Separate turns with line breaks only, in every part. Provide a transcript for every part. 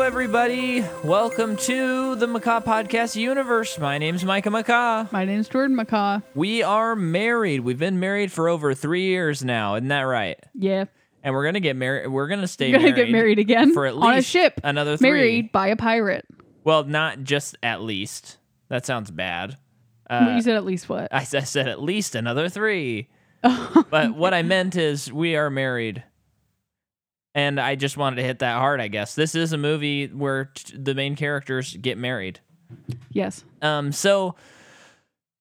everybody. Welcome to the Macaw Podcast Universe. My name's Micah Macaw.
My name's Jordan McCaw.
We are married. We've been married for over three years now. Isn't that right?
Yeah.
And we're gonna get married. We're gonna stay.
You're gonna
married
get married again
for at least
on a ship.
Another three.
Married by a pirate.
Well, not just at least. That sounds bad. Uh,
you said at least what?
I, I said at least another three. but what I meant is we are married. And I just wanted to hit that hard, I guess. This is a movie where t- the main characters get married.
yes.
Um, so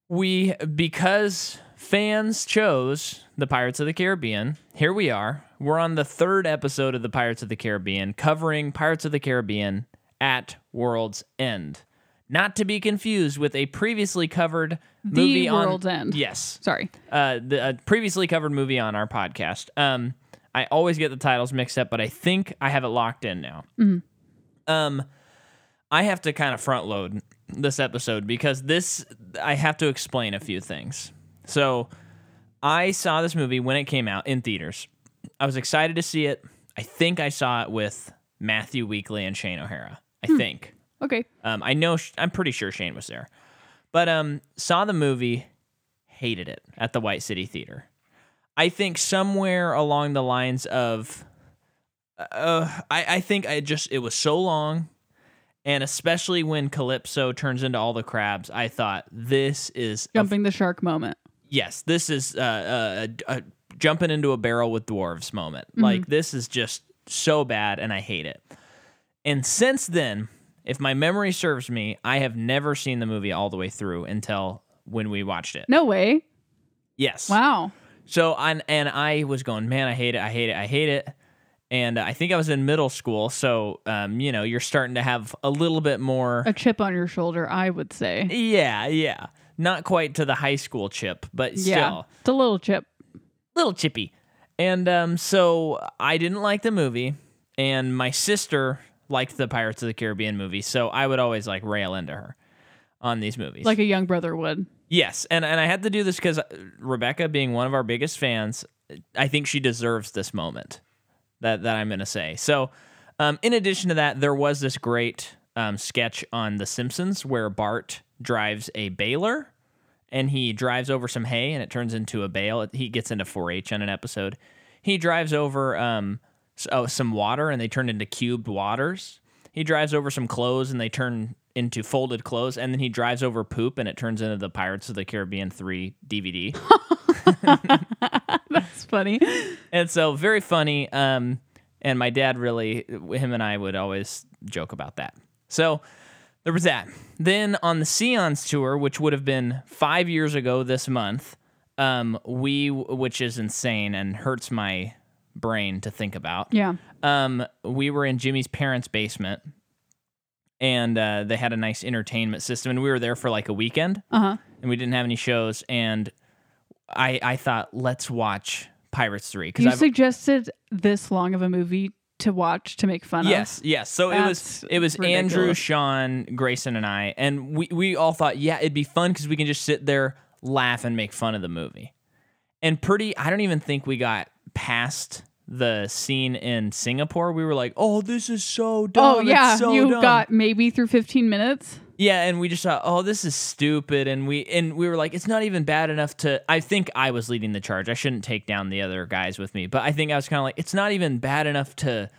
we because fans chose the Pirates of the Caribbean. Here we are. We're on the third episode of the Pirates of the Caribbean, covering Pirates of the Caribbean at World's End. Not to be confused with a previously covered
The
movie
World's
on
End.
Yes,
Sorry.
uh, the a previously covered movie on our podcast. Um, I always get the titles mixed up, but I think I have it locked in now. Um, I have to kind of front load this episode because this I have to explain a few things. So, I saw this movie when it came out in theaters. I was excited to see it. I think I saw it with Matthew Weekly and Shane O'Hara. I think.
Okay.
Um, I know, I'm pretty sure Shane was there, but um, saw the movie, hated it at the White City Theater. I think somewhere along the lines of, uh, I, I think I just it was so long, and especially when Calypso turns into all the crabs, I thought this is a
Jumping the shark moment.
yes, this is uh, a, a jumping into a barrel with dwarves moment.
Mm-hmm.
Like this is just so bad, and I hate it. And since then, if my memory serves me, I have never seen the movie all the way through until when we watched it.
No way.
Yes.
Wow.
So and and I was going, man, I hate it, I hate it, I hate it. And I think I was in middle school, so um, you know, you're starting to have a little bit more
A chip on your shoulder, I would say.
Yeah, yeah. Not quite to the high school chip, but still.
Yeah. It's a little chip.
little chippy. And um, so I didn't like the movie, and my sister liked the Pirates of the Caribbean movie, so I would always like rail into her on these movies.
Like a young brother would.
yes, and and I had to do this because Rebecca, being one of our biggest fans, I think she deserves this moment that that I'm gonna say. So, um, in addition to that, there was this great um, sketch on The Simpsons where Bart drives a baler and he drives over some hay and it turns into a bale. He gets into 4-H on an episode. He drives over um, s- oh, some water and they turn into cubed waters. He drives over some clothes and they turn into folded clothes. And then he drives over poop and it turns into the Pirates of the Caribbean 3 DVD.
That's funny.
and so very funny. Um, and my dad really, him and I would always joke about that. So there was that. Then on the Seons tour, which would have been five years ago this month, um, we, which is insane and hurts my brain to think about
Yeah.
um, we were in Jimmy's parents' basement, and uh, they had a nice entertainment system, and we were there for like a weekend,
Uh huh.
and we didn't have any shows, and I I thought let's watch Pirates Three because
You
I've
suggested this long of a movie to watch to make fun
yes yes so
That's
it was it was Andrew,
ridiculous.
Sean, Grayson, and I, and we we all thought yeah it'd be fun because we can just sit there laugh and make fun of the movie, and pretty I don't even think we got past. The scene in Singapore, we were like, "Oh, this is so
of.
dumb!
oh,
It's
yeah.
so
you
dumb."
got maybe through 15 minutes.
Yeah, and we just thought, oh, this is stupid, and we and we were like, it's not even bad enough to. I think I was leading the charge. I shouldn't take down the other guys with me, but I think I was kind of like, it's not even bad enough to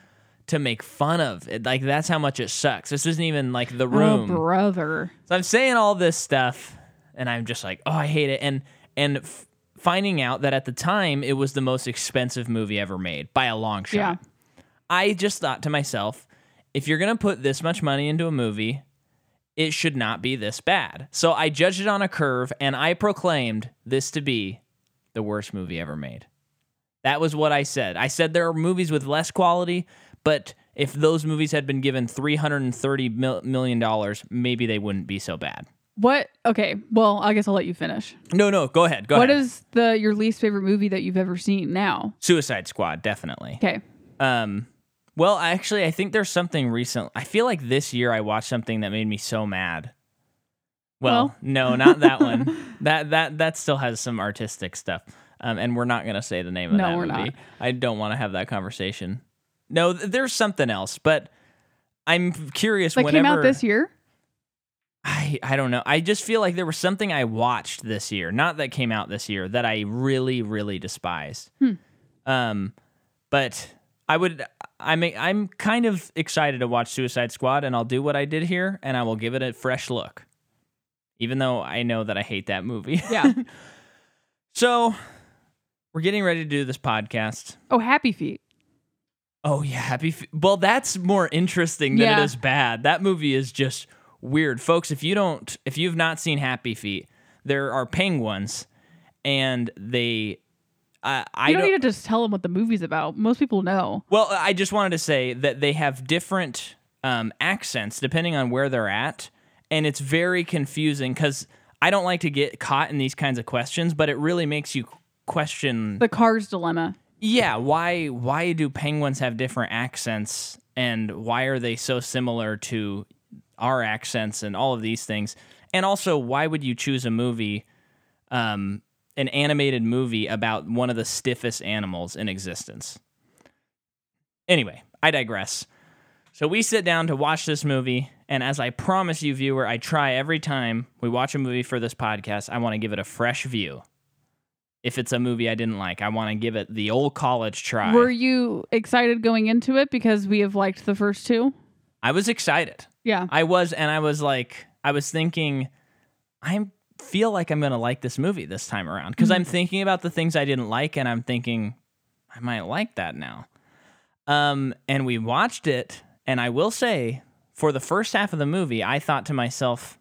to make fun of. It, like that's how much it sucks. This isn't even like the room.
Oh, brother.
So I'm saying all this stuff, and I'm just like, oh, I hate it. And and f- finding out that at the time it was the most expensive movie ever made by a long shot.
Yeah.
I just thought to myself, if you're gonna put this much money into a movie, it should not be this bad. So I judged it on a curve, and I proclaimed this to be the worst movie ever made. That was what I said. I said there are movies with less quality, but if those movies had been given $330 mil- million, dollars, maybe they wouldn't be so bad.
What? Okay. Well, I guess I'll let you finish.
No, no, go ahead. Go
What
ahead.
is the your least favorite movie that you've ever seen now?
Suicide Squad, definitely.
Okay.
Um, well, actually, I think there's something recent. I feel like this year I watched something that made me so mad. Well,
Well.
no, not that one. that that that still has some artistic stuff. Um, and we're not gonna say the name of
No,
that
we're
movie.
not.
I don't want to have that conversation. No, th- there's something else, but I'm curious.
That
whenever
came out this year.
I I don't know. I just feel like there was something I watched this year, not that came out this year, that I really really despised.
Hmm.
Um, but I would. I mean, I'm kind of excited to watch Suicide Squad, and I'll do what I did here, and I will give it a fresh look, even though I know that I hate that movie.
Yeah.
so we're getting ready to do this podcast.
oh, Happy Feet.
Oh yeah, Happy. Fe- well, that's more interesting than
Yeah.
it is bad. That movie is just weird, folks. If you don't, if you've not seen Happy Feet, there are penguins, and they. I I
You don't,
don't
need to just tell them what the movie's about. Most people know.
well, I just wanted to say that they have different um, accents depending on where they're at, and it's very confusing because I don't like to get caught in these kinds of questions, but it really makes you question.
The Cars Dilemma.
Yeah, why why do penguins have different accents, and why are they so similar to our accents and all of these things? And also, why would you choose a movie, um, an animated movie about one of the stiffest animals in existence? Anyway, I digress. So we sit down to watch this movie, and as I promise you, viewer, I try every time we watch a movie for this podcast, I want to give it a fresh view. If it's a movie I didn't like, I want to give it the old college try.
Were you excited going into it because we have liked the first two?
I was excited.
Yeah.
I was, and I was like, I was thinking, I feel like I'm gonna like this movie this time around because I'm thinking about the things I didn't like, and I'm thinking I might like that now. Um, and we watched it, and I will say, for the first half of the movie, I thought to myself,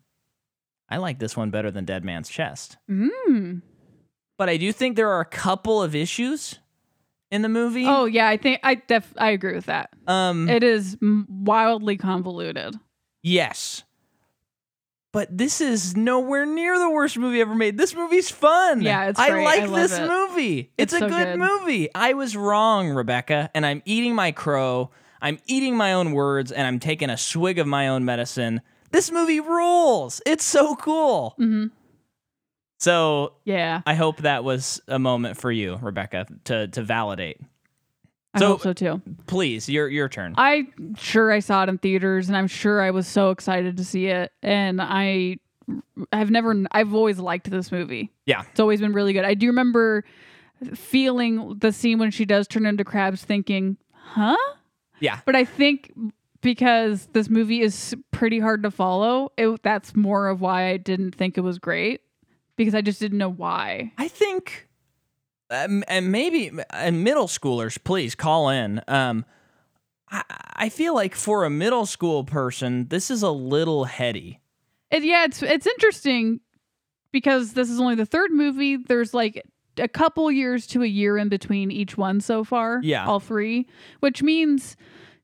I like this one better than Dead Man's Chest.
Mm.
But I do think there are a couple of issues in the movie.
Oh yeah, I think I def I agree with that.
um,
It is m- wildly convoluted.
Yes. But this is nowhere near the worst movie ever made. This movie's fun.
Yeah, it's
I
great.
like
I love
this
it.
movie. It's,
It's
a
so
good,
good.
movie. I was wrong, Rebecca, and I'm eating my crow. I'm eating my own words and I'm taking a swig of my own medicine. This movie rules. It's so cool.
hmm
So,
Yeah,
I hope that was a moment for you, Rebecca, to to validate.
I
So-
hope so too.
Please, your your turn.
I sure I saw it in theaters, and I'm sure I was so excited to see it. And I have never, I've always liked this movie.
Yeah.
it's always been really good. I do remember feeling the scene when she does turn into crabs, thinking, "Huh."
Yeah.
But I think because this movie is pretty hard to follow, it, that's more of why I didn't think it was great because I just didn't know why.
I think, um, and maybe and middle schoolers, please call in. Um, I, I feel like for a middle school person, this is a little heady.
And yeah, it's it's interesting because this is only the third movie. There's like a couple years to a year in between each one so far.
Yeah.
all three, which means.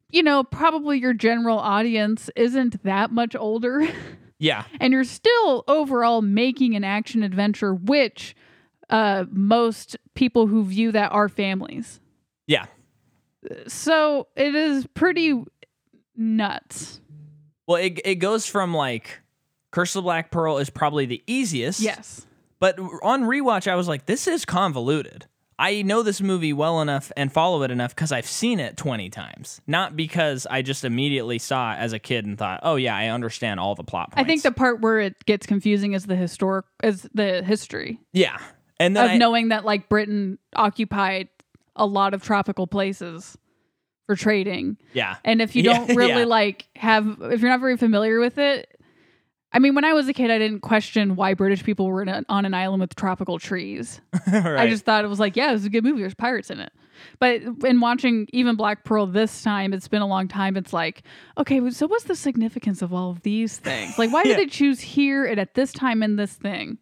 You know, probably your general audience isn't that much older.
Yeah,
and you're still overall making an action adventure which uh most people who view that are families
yeah,
so it is pretty nuts
Well, it it goes from like Curse of the Black Pearl is probably the easiest.
yes
But on rewatch, I was like, this is convoluted. I know this movie well enough and follow it enough because I've seen it 20 times, not because I just immediately saw it as a kid and thought, oh, yeah, I understand all the plot points.
i think the part where it gets confusing is the historic is the history
Yeah. And then
of
I-
knowing that like britain occupied a lot of tropical places for trading
yeah.
And if you
Yeah,
don't really
yeah.
like have, if you're not very familiar with it, I mean, when I was a kid, I didn't question why British people were in a, on an island with tropical trees. I
Right.
just thought it was like, yeah, it was a good movie. There's pirates in it. But in watching even Black Pearl this time, it's been a long time. It's like, okay, well, so what's the significance of all of these things? Like, why
Yeah.
did they choose here and at this time in this thing?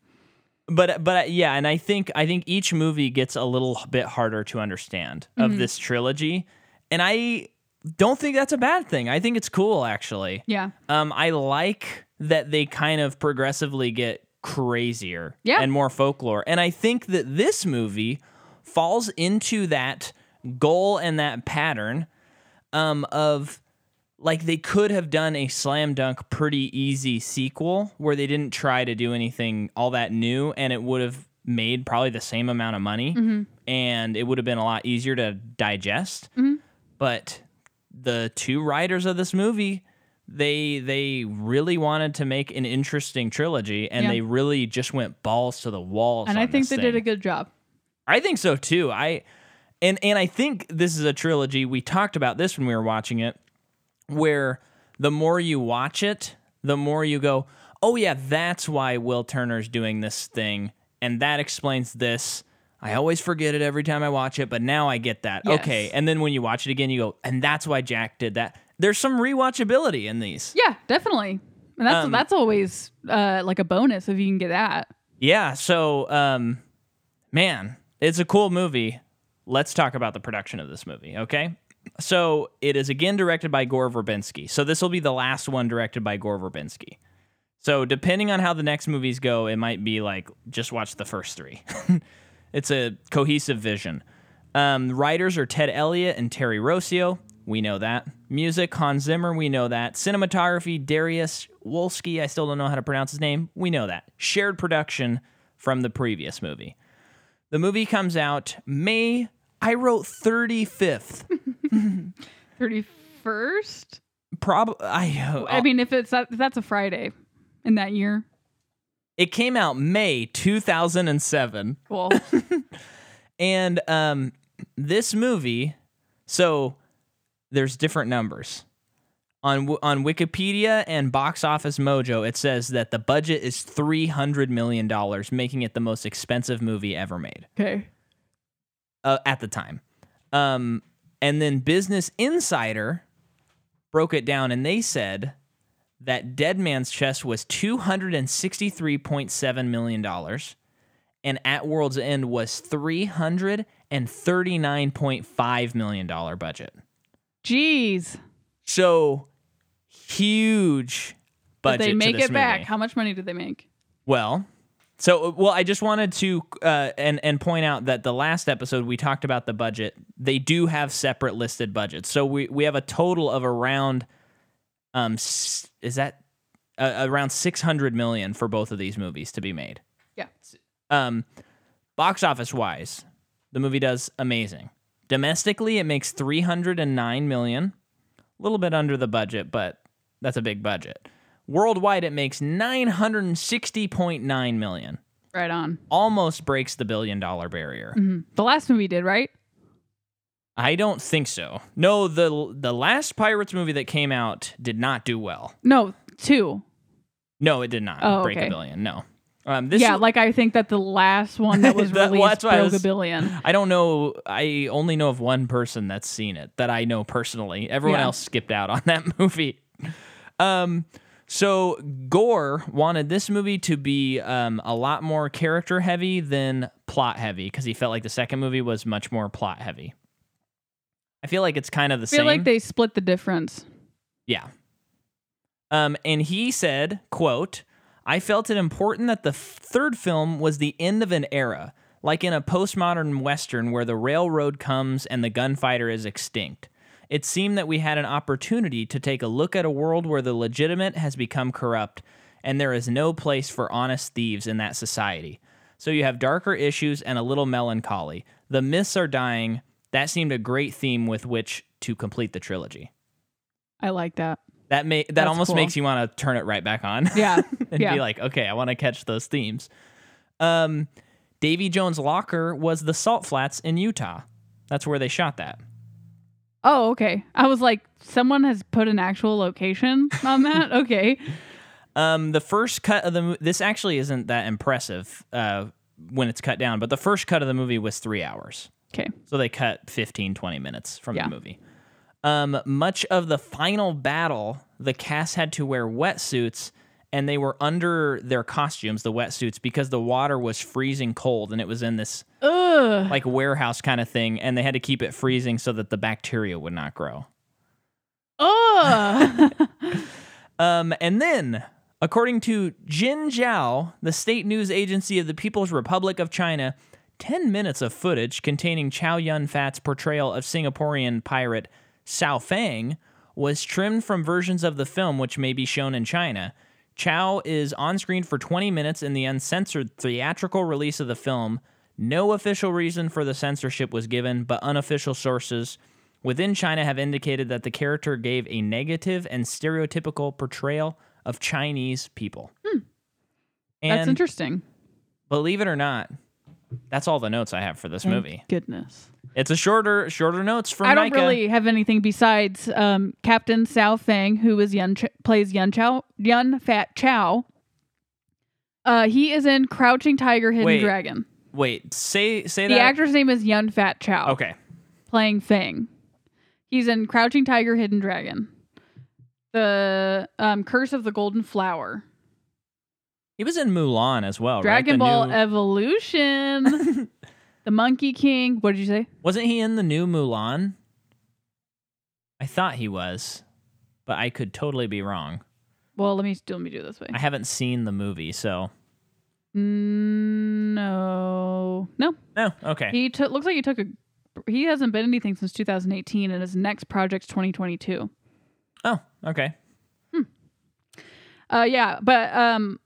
but but uh, yeah and i think i think each movie gets a little bit harder to understand
Mm-hmm.
of this trilogy and i don't think that's a bad thing i think it's cool actually
Yeah.
um i like that they kind of progressively get crazier
Yeah.
and more folklore and i think that this movie falls into that goal and that pattern um of like they could have done a slam dunk pretty easy sequel where they didn't try to do anything all that new and it would have made probably the same amount of
Mm-hmm. Mm-hmm.
money and it would have been a lot easier to digest but the two writers of this movie they they really wanted to make an interesting trilogy and
Yeah.
they really just went balls to the walls
and I
on
think
this
they
thing.
did a good job.
I think so too. I and and I think this is a trilogy. We talked about this when we were watching it, where the more you watch it, the more you go, "Oh yeah, that's why Will Turner's doing this thing, and that explains this." I always forget it every time I watch it, but now I get that.
Yes.
Okay, and then when you watch it again, you go, "And that's why Jack did that." There's some rewatchability in these.
Yeah, definitely. And that's
Um,
that's always uh, like a bonus if you can get that.
Yeah, so um man, it's a cool movie. Let's talk about the production of this movie, okay? So it is again directed by Gore Verbinski. So this will be the last one directed by Gore Verbinski. So depending on how the next movies go, it might be like just watch the first three. it's a cohesive vision. Um, writers are Ted Elliott and Terry Rossio. We know that. Music, Hans Zimmer. We know that. Cinematography, Darius Wolski. I still don't know how to pronounce his name. We know that. Shared production from the previous movie. The movie comes out May. I wrote 35th.
Thirty first.
Prob I, uh,
I mean, if it's that, if that's a Friday in that year,
it came out May 2007.
cool.
And um, this movie, so there's different numbers on w- on Wikipedia and Box Office Mojo. It says that the budget is three hundred million dollars, making it the most expensive movie ever made
okay.
uh, at the time. Um, and then Business Insider broke it down, and they said that Dead Man's Chest was two hundred and sixty three point seven million dollars, and At World's End was three hundred and thirty nine point five million dollar budget.
Jeez.
So huge
Did
budget.
they
to
make it
this
back?
movie.
How much money did they make?
Well, so uh, well, I just wanted to uh, and and point out that the last episode we talked about the budget. They do have separate listed budgets, so we we have a total of around um s- is that uh, around six hundred million for both of these movies to be made.
Yeah.
Um, box office wise, the movie does amazing. Domestically, it makes three hundred and nine million, a little bit under the budget, but that's a big budget. Worldwide, it makes nine hundred and sixty point nine million,
Right on.
almost breaks the billion dollar barrier.
Mhm. The last movie did right.
I don't think so. No, the the last Pirates movie that came out did not do well.
No, two.
No, it did not
Oh,
break a
okay.
billion. No, um, this
yeah,
is-
like I think that the last one that was
That- well,
released
that's why I
broke
was-
a billion.
I don't know. I only know of one person that's seen it that I know personally. Everyone
Yeah.
else skipped out on that movie. Um, so Gore wanted this movie to be um, a lot more character heavy than plot heavy because he felt like the second movie was much more plot heavy. I feel like it's kind of the
I feel
same.
like they split the difference.
Yeah. Um, and he said, quote, I felt it important that the f- third film was the end of an era, like in a postmodern Western where the railroad comes and the gunfighter is extinct. It seemed that we had an opportunity to take a look at a world where the legitimate has become corrupt, and there is no place for honest thieves in that society. So you have darker issues and a little melancholy. The myths are dying. That seemed a great theme with which to complete the trilogy.
I like that.
That may that
That's
almost
cool.
makes you want to turn it right back on
Yeah.
and
yeah.
be like, okay, I want to catch those themes. Um, Davy Jones' locker was the salt flats in Utah. That's where they shot that.
oh, okay. I was like, someone has put an actual location on that. okay.
Um, the first cut of the mo- this actually isn't that impressive uh, when it's cut down, but the first cut of the movie was three hours.
Okay.
So they cut 15, 20 minutes from
Yeah.
the movie. Um, much of the final battle, the cast had to wear wetsuits and they were under their costumes, the wetsuits, because the water was freezing cold and it was in this
Ugh.
like warehouse kind of thing. And they had to keep it freezing so that the bacteria would not grow.
Ugh.
Um, and then, according to Jin Zhao, the state news agency of the People's Republic of China, 10 minutes of footage containing Chow Yun Fat's portrayal of Singaporean pirate Sao Fang was trimmed from versions of the film which may be shown in China. Chow is on screen for 20 minutes in the uncensored theatrical release of the film. No official reason for the censorship was given, but unofficial sources within China have indicated that the character gave a negative and stereotypical portrayal of Chinese people. And
Hmm. That's interesting.
believe it or not, that's all the notes I have for this movie.
Goodness.
It's a shorter, shorter notes from
Hmm. I don't
Micah.
really have anything besides um, Captain Sao Fang, who is Yun Ch- plays Yun Chow, Yun Fat Chow. Uh, he is in Crouching Tiger, Hidden
Wait,
Dragon.
Wait, say say
The
that.
actor's name is Yun Fat Chow.
Okay,
playing Fang. He's in Crouching Tiger, Hidden Dragon, the um, Curse of the Golden Flower,
he was in Mulan as well.
Dragon
right? The
Ball E-
new-
Evolution, the Monkey King. What did you say?
Wasn't he in the new Mulan? I thought he was, but I could totally be wrong.
Well, let me let me do it this way.
I haven't seen the movie, so
Mm, No, no.
no. Okay,
He took looks like he took a. He hasn't been anything since 2018, and his next project's 2022.
oh, okay.
Uh, yeah, but um,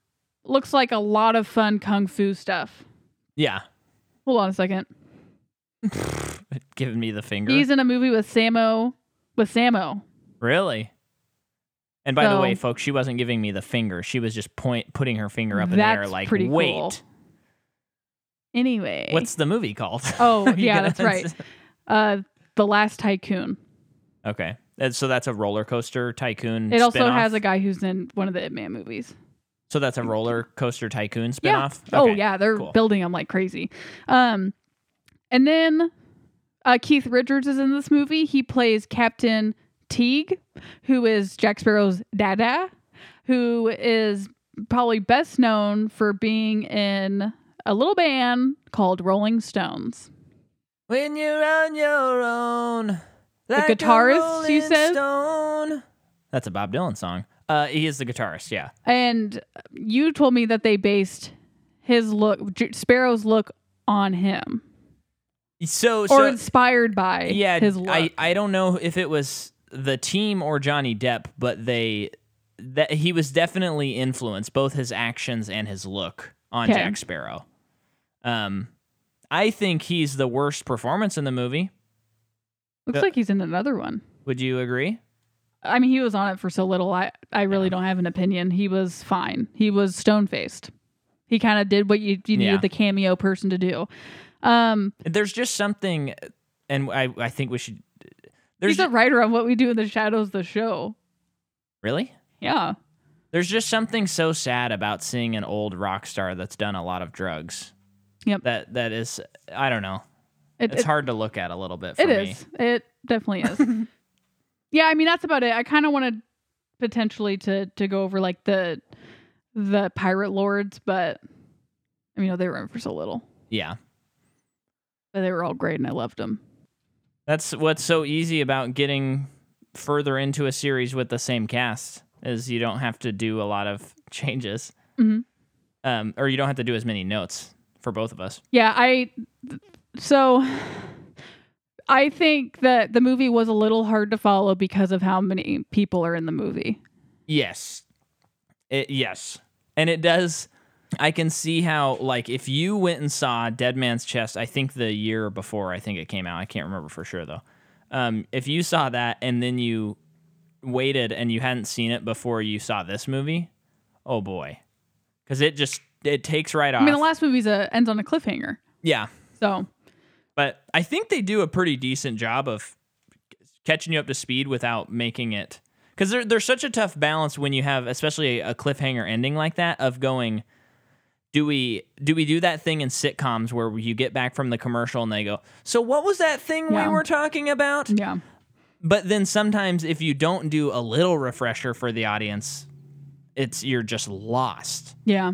looks like a lot of fun kung fu stuff.
Yeah,
Hold on a second.
giving me the finger.
He's in a movie with Samo, with Samo,
really. And by the
So-
way, folks, she wasn't giving me the finger. She was just point putting her finger up in the air,
That's
like,
pretty cool.
wait,
Anyway,
what's the movie called?
oh
You
yeah,
gotta-
that's right. Uh, the Last Tycoon.
Okay, And so that's a roller coaster tycoon.
It also
spin-off?
has a guy who's in one of the Ip Man movies.
So that's a roller coaster tycoon
Yeah.
spinoff.
Oh
Okay.
yeah, they're
cool.
building them like crazy. Um, and then uh, Keith Richards is in this movie. He plays Captain Teague, who is Jack Sparrow's dada, who is probably best known for being in a little band called Rolling Stones.
When you're on your own,
like a guitarist, you rolling said?
Stone. That's a Bob Dylan song. Uh, he is the guitarist. Yeah.
And you told me that they based his look, J- Sparrow's look, on him
So,
or
so
inspired by
yeah.
his look.
I I don't know if it was the team or Johnny Depp, but they that he was definitely influenced both his actions and his look on
'Kay.
Jack Sparrow. Um, I think he's the worst performance in the movie.
Looks like he's in another one.
Would you agree?
I mean, he was on it for so little. I, I really don't have an opinion. He was fine. He was stone faced. He kind of did what you,
Yeah.
you needed the cameo person to do. Um,
There's just something, and I I think we should. There's
he's a writer on what we do in the shadows, the show.
really.
Yeah.
There's just something so sad about seeing an old rock star that's done a lot of drugs.
Yep.
That that is I don't know.
It,
It's
it,
hard to look at a little bit for
it
me.
is. It definitely is. yeah. I mean, that's about it. I kind of wanted potentially to, to go over like the, the pirate lords, but I mean, you know, they were in for so little,
Yeah.
but they were all great and I loved them.
That's what's so easy about getting further into a series with the same cast is you don't have to do a lot of changes.
Mhm.
Um, or you don't have to do as many notes for both of us.
Yeah, I so I think that the movie was a little hard to follow because of how many people are in the movie.
Yes. It, yes. And it does. I can see how, like, if you went and saw Dead Man's Chest, I think the year before, I think it came out. I can't remember for sure, though. Um, if you saw that and then you waited and you hadn't seen it before you saw this movie, oh boy. Because it just, it takes right off.
I mean, the last movie's a ends on a cliffhanger.
yeah.
So,
But I think they do a pretty decent job of catching you up to speed without making it because there, there's such a tough balance when you have especially a, a cliffhanger ending like that of going do we do we do that thing in sitcoms where you get back from the commercial and they go so what was that thing
Yeah.
we were talking about
yeah.
but then sometimes if you don't do a little refresher for the audience it's you're just lost
Yeah.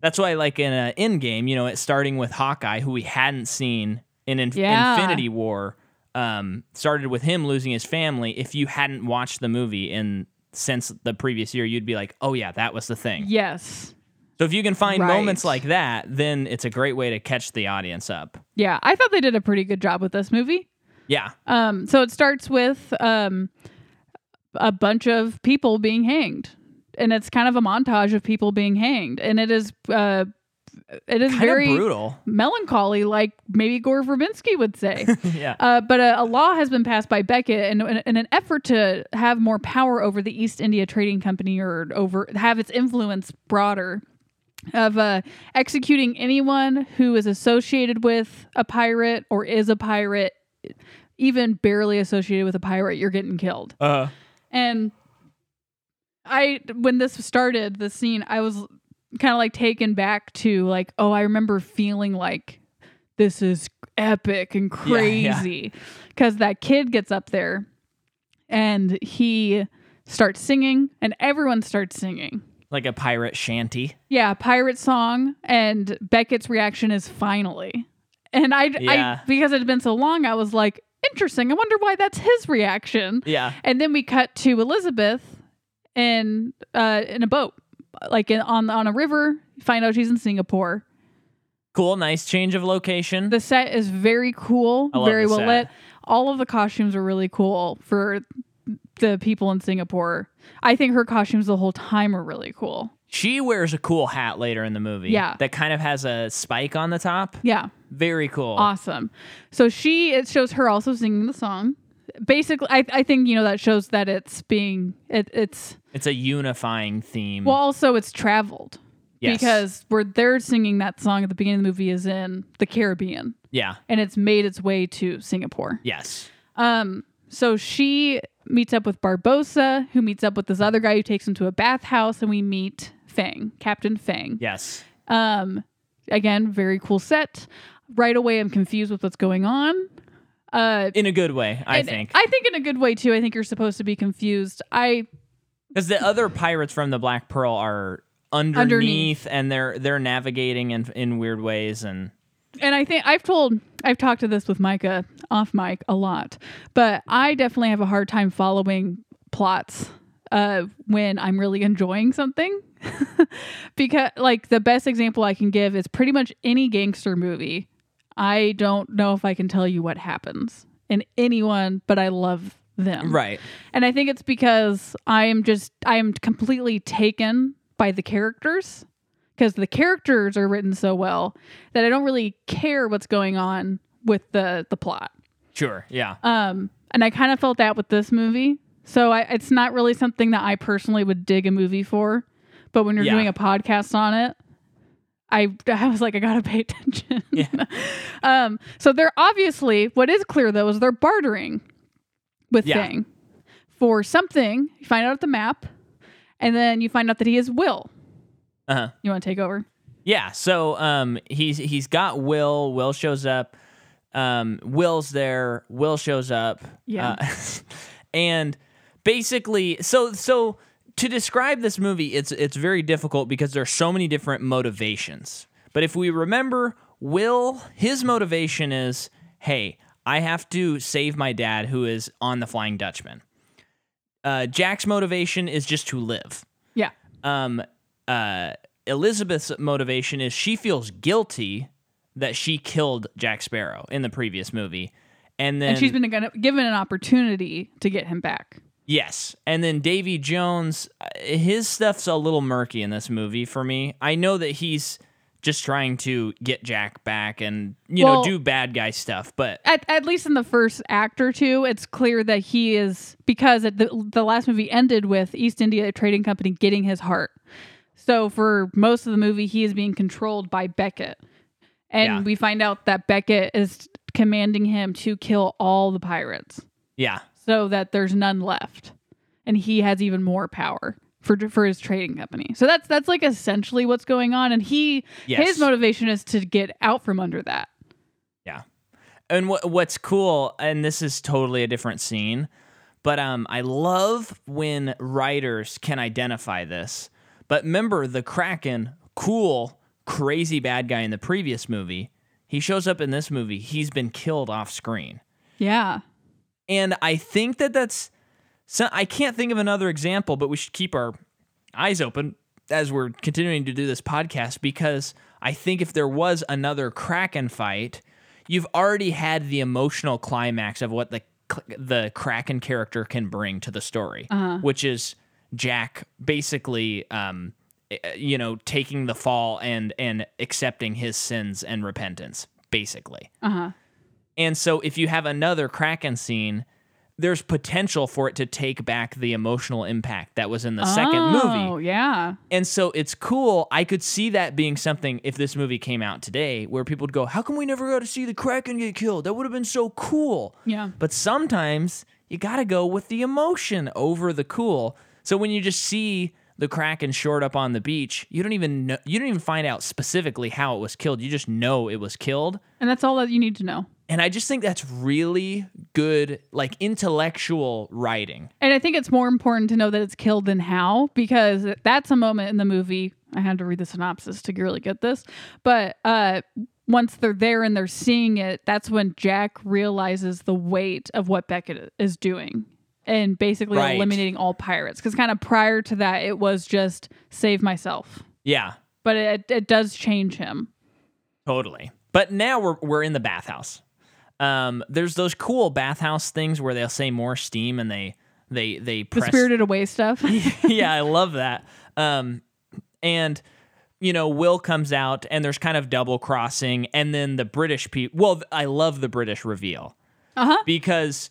that's why, like in an end game, you know, it's starting with Hawkeye, who we hadn't seen in Inf-
Yeah.
Infinity War. Um, started with him losing his family. If you hadn't watched the movie in since the previous year, you'd be like, "Oh yeah, that was the thing."
Yes.
So if you can find
Right.
moments like that, then it's a great way to catch the audience up.
Yeah, I thought they did a pretty good job with this movie.
Yeah,
Um so it starts with um a bunch of people being hanged. And it's kind of a montage of people being hanged and it is uh it is
Kind of
very
brutal.
melancholy, like maybe Gore Verbinski would say.
Yeah.
Uh, but a, a law has been passed by Beckett in, in, in an effort to have more power over the East India Trading Company or over have its influence broader of uh, executing anyone who is associated with a pirate or is a pirate, even barely associated with a pirate, you're getting killed.
Uh,
And I, when this started, the scene, I was kind of like taken back to like, oh, I remember feeling like this is epic and
Yeah, yeah.
crazy because that kid gets up there and he starts singing and everyone starts singing.
like a pirate shanty.
Yeah, pirate song, and Beckett's reaction is finally. And I,
Yeah.
I because it had been so long, I was like, interesting. I wonder why that's his reaction.
Yeah.
And then we cut to Elizabeth in uh, in a boat, like in, on on a river. Find out she's in Singapore.
Cool. Nice change of location.
The set is very cool,
I love
very
the
well
set.
lit. All of the costumes are really cool for the people in Singapore. I think her costumes the whole time are really cool.
She wears a cool hat later in the movie.
Yeah.
That kind of has a spike on the top.
Yeah.
Very cool.
awesome so she it shows her also singing the song basically i, I think you know that shows that it's being it, it's
It's a unifying theme.
well also it's traveled
Yes.
because where they're singing that song at the beginning of the movie is in the caribbean
yeah.
and it's made its way to singapore
Yes.
um so she meets up with barbosa who meets up with this other guy who takes him to a bathhouse and we meet fang captain fang
Yes.
um, again, very cool set. Right away, I'm confused with what's going on. Uh,
In a good way, I
and
think.
I think in a good way too. I think you're supposed to be confused. I
Because the other pirates from the Black Pearl are underneath,
Underneath.
and they're they're navigating in in weird ways and
and I think I've told I've talked to this with Micah off mic a lot, but I definitely have a hard time following plots uh, when I'm really enjoying something. because like the best example I can give is pretty much any gangster movie. I don't know if I can tell you what happens in anyone, but I love them.
right.
And I think it's because I am just I am completely taken by the characters because the characters are written so well that I don't really care what's going on with the the plot.
Sure. Yeah.
Um and I kind of felt that with this movie. So I, it's not really something that I personally would dig a movie for, but when you're
Yeah.
doing a podcast on it, I, I was like, I gotta pay attention.
Yeah.
um, so they're obviously what is clear though is they're bartering with
Yeah.
Fang for something. You find out the map, and then you find out that he is Will.
Uh-huh.
You want to take over?
Yeah. So um, he's he's got Will. Will shows up. Um, Will's there. Will shows up.
Yeah.
Uh, and basically, so so to describe this movie, it's it's very difficult because there's so many different motivations. But if we remember, Will, his motivation is, hey, I have to save my dad who is on the Flying Dutchman. Uh, Jack's motivation is just to live
Yeah.
um, uh, Elizabeth's motivation is she feels guilty that she killed Jack Sparrow in the previous movie, and then
And, she's been gonna, given an opportunity to get him back.
yes, and then Davy Jones, uh, his stuff's a little murky in this movie for me. I know that he's just trying to get Jack back and you know
Well-
do bad guy stuff, but
At, at least in the first act or two, it's clear that he is because at the, the last movie ended with East India Trading Company getting his heart. So for most of the movie, he is being controlled by Beckett, and
Yeah.
we find out that Beckett is commanding him to kill all the pirates
yeah,
so that there's none left, and he has even more power for for his trading company. So that's that's like essentially what's going on, and he
Yes.
his motivation is to get out from under that.
Yeah. And what what's cool, and this is totally a different scene, but um, I love when writers can identify this. But remember the Kraken, cool, crazy bad guy in the previous movie. He shows up in this movie. He's been killed off screen,
Yeah.
and I think that that's. So I can't think of another example, but we should keep our eyes open as we're continuing to do this podcast because I think if there was another Kraken fight, you've already had the emotional climax of what the the Kraken character can bring to the story, which is Jack basically um, eh, you know, taking the fall and and accepting his sins and repentance, basically.
Uh huh.
And so if you have another Kraken scene, there's potential for it to take back the emotional impact that was in the second movie.
Oh yeah.
And so it's cool. I could see that being something if this movie came out today where people would go, How come we never got to see the Kraken get killed? That would have been so cool.
Yeah.
But sometimes you got to go with the emotion over the cool. So when you just see the Kraken short up on the beach, you don't even know, you don't even find out specifically how it was killed. You just know it was killed.
And that's all that you need to know.
And I just think that's really good, like intellectual writing.
And I think it's more important to know that it's killed than how, because that's a moment in the movie. I had to read the synopsis to really get this. But uh, once they're there and they're seeing it, that's when Jack realizes the weight of what Beckett is doing and basically
Right.
eliminating all pirates. Because kind of prior to that, it was just save myself.
Yeah,
But it, it does change him.
Totally. But now we're we're in the bathhouse. Um, there's those cool bathhouse things where they'll say more steam and they they they
The
press.
spirited away stuff.
yeah, I love that. Um, and you know, Will comes out and there's kind of double crossing, and then the British people. Well, I love the British reveal
Uh-huh.
because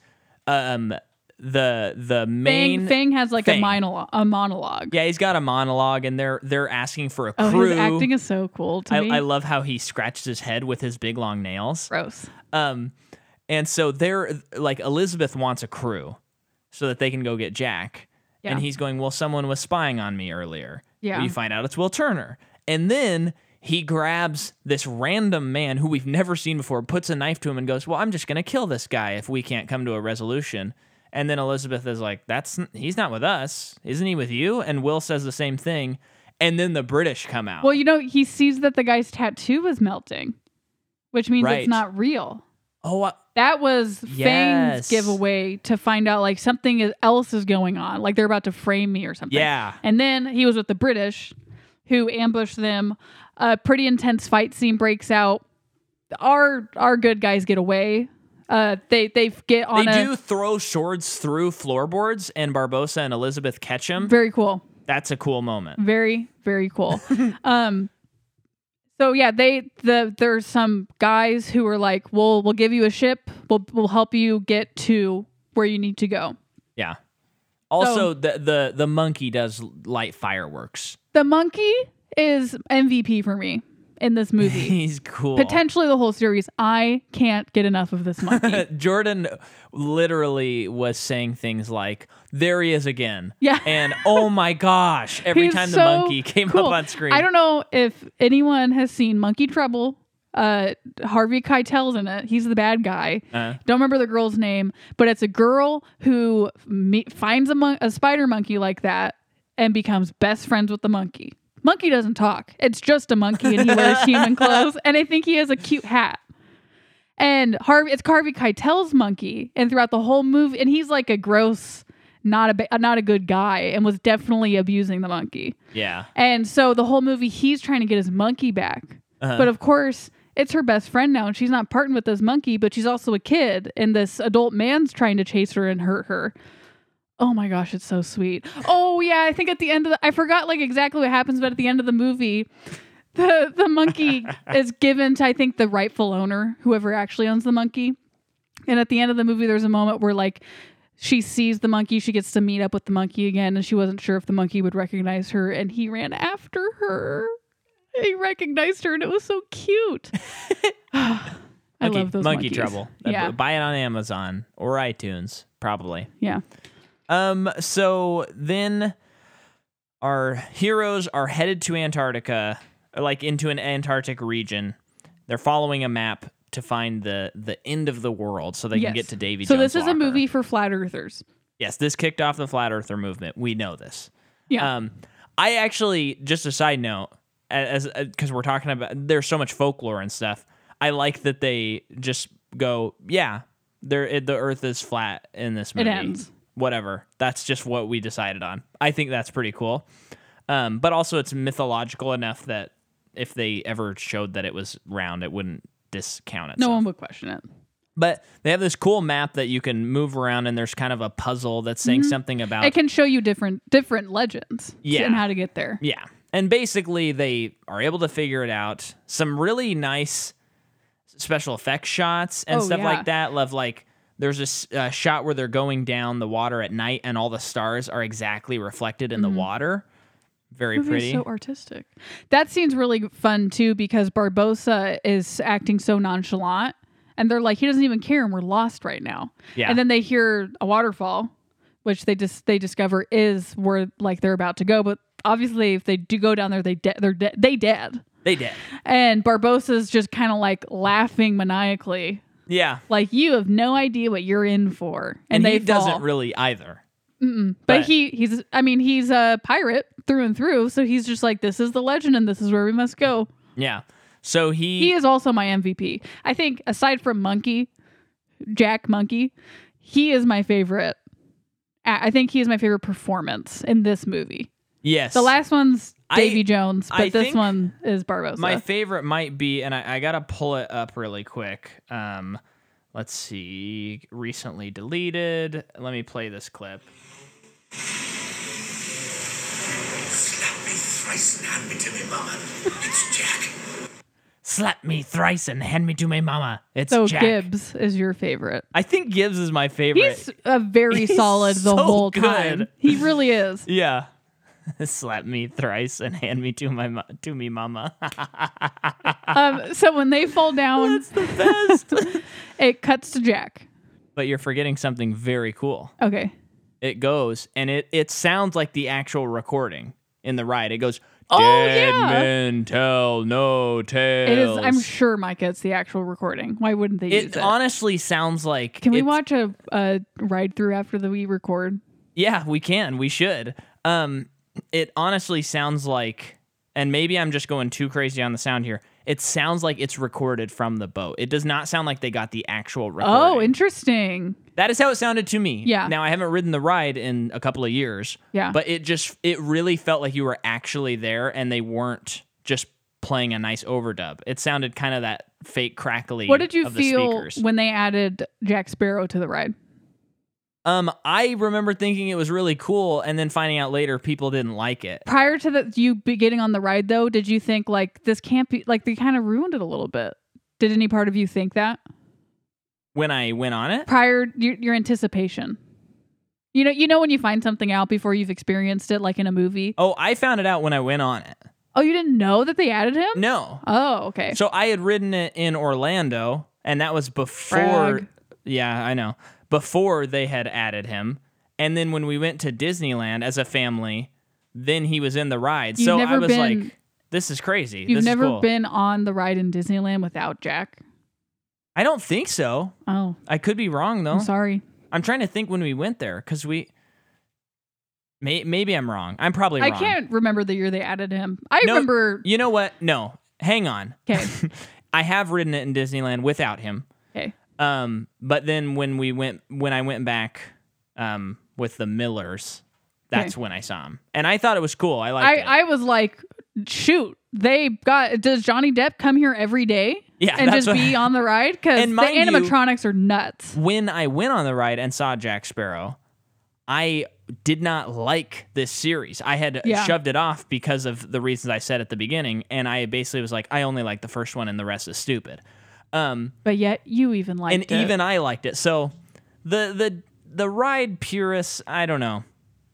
um the the
Fang,
main
Fang has like
Fang.
a monologue. A monologue.
yeah he's got a monologue and they're they're asking for a
Oh,
crew.
his acting is so cool to me.
I, I love how he scratches his head with his big long nails.
Gross.
Um, and so they're like Elizabeth wants a crew so that they can go get Jack. And
Yeah.
he's going, Well, someone was spying on me earlier.
Yeah.
We find out it's Will Turner. And then he grabs this random man who we've never seen before, puts a knife to him, and goes, Well, I'm just going to kill this guy if we can't come to a resolution. And then Elizabeth is like, That's he's not with us. Isn't he with you? And Will says the same thing. And then the British come out.
Well, you know, he sees that the guy's tattoo is melting, which means
Right.
it's not real.
oh, I-
That was
Yes.
Fang's giveaway to find out like something is- else is going on, like they're about to frame me or something.
yeah.
And then he was with the British, who ambushed them. A pretty intense fight scene breaks out. Our our good guys get away. Uh, they they get on
They
a
do throw swords through floorboards, and Barbosa and Elizabeth catch him.
very cool.
That's a cool moment.
very very cool um so yeah they the there's some guys who are like we'll we'll give you a ship we'll we'll help you get to where you need to go
Yeah. Also, the, the the monkey does light fireworks.
the monkey is mvp for me in this movie
He's cool.
potentially the whole series i can't get enough of this monkey
Jordan literally was saying things like, "There he is again."
Yeah.
And oh my gosh, every
He's
time the
so
monkey came
cool.
up on screen.
i don't know if anyone has seen monkey trouble uh harvey keitel's in it he's the bad guy
Uh,
don't remember the girl's name, but it's a girl who me- finds a, mon- a spider monkey like that and becomes best friends with the monkey. Monkey doesn't talk. It's just a monkey and he wears human clothes and I think he has a cute hat. And Harvey it's Harvey Keitel's monkey and throughout the whole movie and he's like a gross not a ba- not a good guy and was definitely abusing the monkey.
yeah.
And so the whole movie, he's trying to get his monkey back. But of course, it's her best friend now, and she's not parting with this monkey, but she's also a kid, and this adult man's trying to chase her and hurt her. Oh my gosh, it's so sweet. Oh yeah, I think at the end of the, I forgot like exactly what happens, but at the end of the movie, the the monkey is given to I think the rightful owner, whoever actually owns the monkey. And at the end of the movie, there's a moment where like she sees the monkey, she gets to meet up with the monkey again, and she wasn't sure if the monkey would recognize her, and he ran after her. He recognized her, and it was so cute. I
monkey,
love those
monkey
monkeys.
trouble. Uh,
Yeah,
Buy it on Amazon or iTunes, probably.
yeah.
Um, so then our heroes are headed to Antarctica, or, like into an Antarctic region. They're following a map to find the the end of the world so they
Yes.
can get to Davy
So
Jones.
this is a
Locker.
movie for flat earthers.
Yes, this kicked off the flat earther movement. We know this.
Yeah.
Um, I actually, just a side note, as because we're talking about, there's so much folklore and stuff. I like that they just go, yeah, there, it, the Earth is flat in this movie.
ends.
Whatever. That's just what we decided on. I think that's pretty cool. Um, but also, it's mythological enough that if they ever showed that it was round, it wouldn't discount it.
no um, one would question it.
But they have this cool map that you can move around, and there's kind of a
mm-hmm.
puzzle that's saying something about
It can show you different different legends
Yeah.
and how to get there.
yeah. And basically, they are able to figure it out. Some really nice special effects shots and
Oh,
stuff
yeah.
like that. Love like there's this uh, shot where they're going down the water at night, and all the stars are exactly reflected in the water. Very
movie
pretty.
Mm-hmm. is so artistic. That scene's really fun too because Barbosa is acting so nonchalant, and they're like, he doesn't even care, and we're lost right now.
Yeah.
And then they hear a waterfall, which they just they discover is where like they're about to go, but obviously if they do go down there, they de- they're de- they dead.
they did.
And Barbosa's just kind of like laughing maniacally,
Yeah.
like you have no idea what you're in for.
And,
they
he
fall.
doesn't really either.
But
But-
he he's I mean he's a pirate through and through, so he's just like this is the legend and this is where we must go.
Yeah. So
He is also my MVP. I think aside from Monkey, Jack Monkey, he is my favorite. I I think he is my favorite performance in this movie.
yes.
The last one's
I-
Davy Jones, but
I
this
think
one is Barbosa.
My favorite might be, and I, I gotta pull it up really quick. Um, let's see, recently deleted. Let me play this clip.
Slap me thrice and hand me to me mama. It's Jack.
Slap me thrice and hand me to my mama. It's
so
Jack.
Gibbs is your favorite.
I think Gibbs is my favorite.
He's a very
He's
solid the
so
whole
good.
time. He really is.
yeah. Slap me thrice and hand me to my mo- to me mama.
Um, so when they fall down,
That's the best.
it cuts to Jack.
but you're forgetting something very cool.
Okay.
It goes and it it sounds like the actual recording in the ride. It goes.
Oh,
Dead
yeah.
men tell no tales.
It is. I'm sure Micah. It's the actual recording. Why wouldn't they use
It
it?
honestly sounds like.
Can we
it's-
watch a, a ride through after the we record?
Yeah, we can. We should. Um, it honestly sounds like, and maybe I'm just going too crazy on the sound here. It sounds like it's recorded from the boat. It does not sound like they got the actual recording.
Oh, interesting.
that is how it sounded to me.
Yeah.
Now I haven't ridden the ride in a couple of years.
Yeah.
But it just it really felt like you were actually there, and they weren't just playing a nice overdub. It sounded kind of that fake crackly.
What did you
of the
feel
speakers.
when they added Jack Sparrow to the ride?
Um, I remember thinking it was really cool, and then finding out later people didn't like it.
Prior to the, you be getting on the ride, though, did you think like this can't be like they kind of ruined it a little bit? Did any part of you think that
When I went on it,
prior your, your anticipation? You know, you know when you find something out before you've experienced it, like in a movie.
oh, I found it out when I went on it.
Oh, you didn't know that they added him.
No,
Oh, okay.
so I had ridden it in Orlando, and that was before.
Brag.
Yeah, I know. Before they had added him, and then when we went to Disneyland as a family, then he was in the ride.
You've
so I
never
was
been-
like, "This is crazy.
You've
this
never
is cool.
been on the ride in Disneyland without Jack.
I don't think so.
Oh,
I could be wrong though.
I'm sorry.
I'm trying to think when we went there because we. May, maybe I'm wrong. I'm probably
I
wrong.
can't remember the year they added him. I
No,
remember.
You know what? No, hang on.
Okay.
I have ridden it in Disneyland without him.
Okay.
Um, but then when we went, when I went back, um, with the Millers, that's when I saw him, and I thought it was cool. I liked
I,
it.
I was like, shoot, they got. Does Johnny Depp come here every day?
Yeah,
and
that's
just
what-
be on the ride because the
And mind you-
animatronics are nuts.
when I went on the ride and saw Jack Sparrow, I did not like this series. I had
Yeah.
shoved it off because of the reasons I said at the beginning, and I basically was like, I only like the first one, and the rest is stupid. Um,
But yet you even liked
and
it.
even I liked it. So the the the ride purists, I don't know,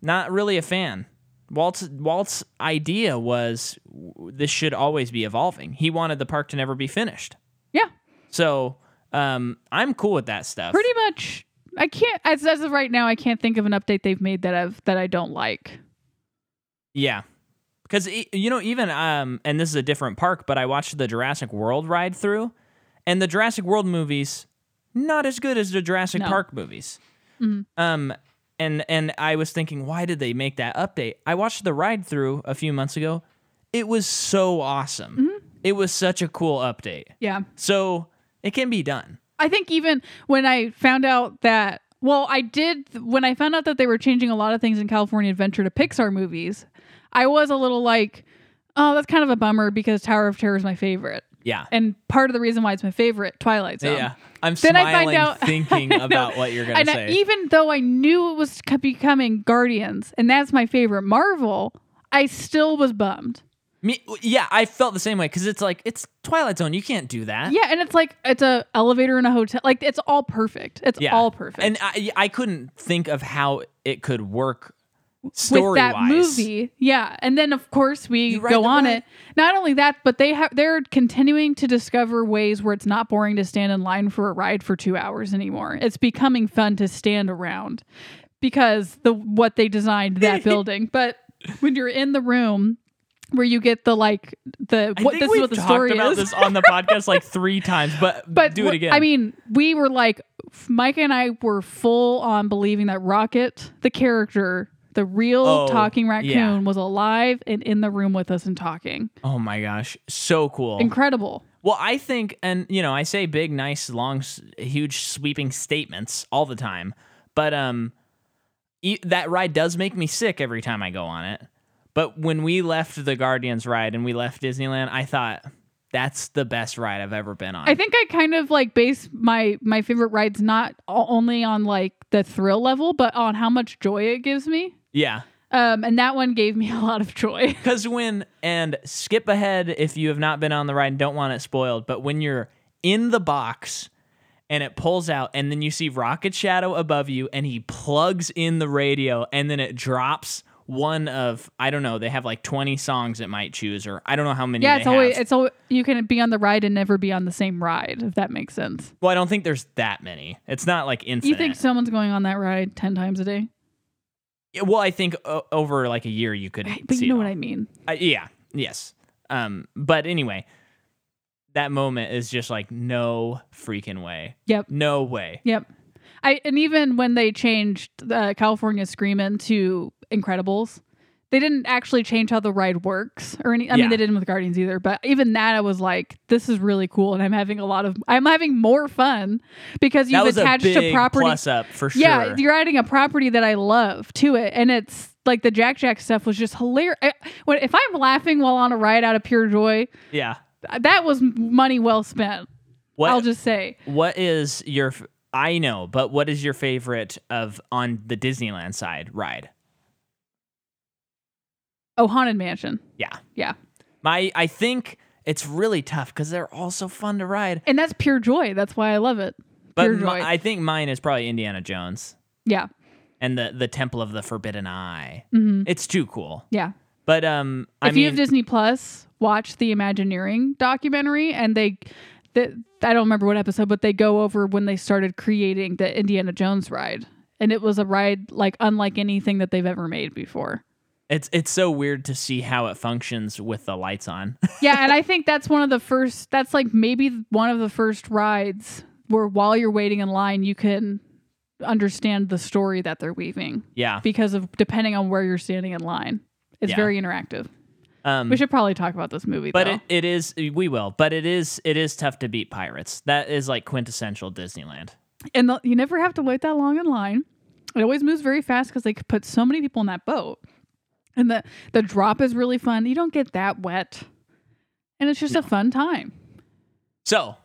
not really a fan. Walt's Walt's idea was w- this should always be evolving. He wanted the park to never be finished.
yeah,
So um, I'm cool with that stuff.
pretty much. I can't as as of right now. I can't think of an update they've made that I've that I don't like.
yeah. Because you know, even um, and this is a different park, but I watched the Jurassic World ride through, and the Jurassic World movies not as good as the Jurassic
No. Mm-hmm.
Park movies. Um, and and I was thinking, why did they make that update? I watched the ride through a few months ago. It was so awesome.
Mm-hmm.
It was such a cool update.
Yeah,
So it can be done.
I think even when I found out that well, I did when I found out that they were changing a lot of things in California Adventure to Pixar movies, I was a little like, oh, that's kind of a bummer because Tower of Terror is my favorite.
Yeah.
And part of the reason why it's my favorite, Twilight Zone.
yeah. I'm
Then I
smiling
find out-
thinking about what you're gonna
And
say.
I, even though I knew it was c- becoming Guardians, and that's my favorite Marvel, I still was bummed.
Me, yeah, I felt the same way because it's like it's Twilight Zone. You can't do that.
Yeah, and it's like it's a elevator in a hotel. Like it's all perfect. It's
Yeah.
all perfect.
And I, I couldn't think of how it could work story
with that
wise.
movie. Yeah, and then of course we
You ride
go
the
on
ride.
it. Not only that, but they have they're continuing to discover ways where it's not boring to stand in line for a ride for 2 hours anymore. It's becoming fun to stand around because the what they designed that building. But when you're in the room where you get the like the
I
what
think
this is
we've
what the
talked
story
about
is.
this on the podcast like three times, but
but
do it
wh-
again.
I mean, we were like, f- Micah and I were full on believing that Rocket, the character, the real
Oh,
talking raccoon,
yeah.
was alive and in the room with us and talking.
oh my gosh, so cool.
Incredible.
Well, I think, and you know, I say big, nice, long, s- huge, sweeping statements all the time, but um, e- that ride does make me sick every time I go on it. But when we left the Guardians ride and we left Disneyland, I thought that's the best ride I've ever been on.
I think I kind of like base my my favorite rides not o- only on like the thrill level, but on how much joy it gives me.
yeah,
Um, and that one gave me a lot of joy.
because when and skip ahead if you have not been on the ride and don't want it spoiled. But when you're in the box and it pulls out, and then you see Rocket Shadow above you, and he plugs in the radio, and then it drops one of I don't know. They have like 20 songs it might choose, or I don't know how many.
Yeah,
they
it's always
have.
it's always you can be on the ride and never be on the same ride if that makes sense.
well, I don't think there's that many. It's not like infinite.
You think someone's going on that ride ten times a day,
Yeah, Well, I think o- over like a year you could.
but
see
you know
it
what
all.
I mean.
I, yeah. Yes. Um. But anyway, that moment is just like no freaking way.
Yep.
No way.
Yep. I and even when they changed uh, California Screamin' to Incredibles, they didn't actually change how the ride works or any. I
Yeah.
mean, they didn't with Guardians either. But even that, I was like, this is really cool, and I'm having a lot of. I'm having more fun because
that
you've
was
attached
a big
property.
plus up for sure.
yeah, you're adding a property that I love to it, and it's like the Jack Jack stuff was just hilarious. I, when if I'm laughing while on a ride out of pure joy,
yeah.
that was money well spent.
What
I'll just say.
What is your? f- I know, but what is your favorite of on the Disneyland side ride?
Oh, Haunted Mansion.
Yeah,
Yeah.
my I think it's really tough because they're all so fun to ride.
and that's pure joy. That's why I love it.
But
Pure joy.
my, I think mine is probably Indiana Jones
yeah,
and the the Temple of the Forbidden Eye.
Mhm.
It's too cool.
yeah.
But um, I
if
mean,
you have Disney Plus, watch the Imagineering documentary, and they, the, I don't remember what episode, but they go over when they started creating the Indiana Jones ride, and it was a ride like unlike anything that they've ever made before.
it's it's so weird to see how it functions with the lights on.
yeah, and I think that's one of the first. That's like maybe one of the first rides where while you're waiting in line, you can understand the story that they're weaving
yeah.
because of depending on where you're standing in line. It's
Yeah.
very interactive.
Um,
We should probably talk about this movie,
But
though.
it, it is we will. But it is it is tough to beat pirates. That is like quintessential Disneyland.
and the, you never have to wait that long in line. It always moves very fast because they could put so many people in that boat, and the the drop is really fun. You don't get that wet, and it's just a fun time.
So,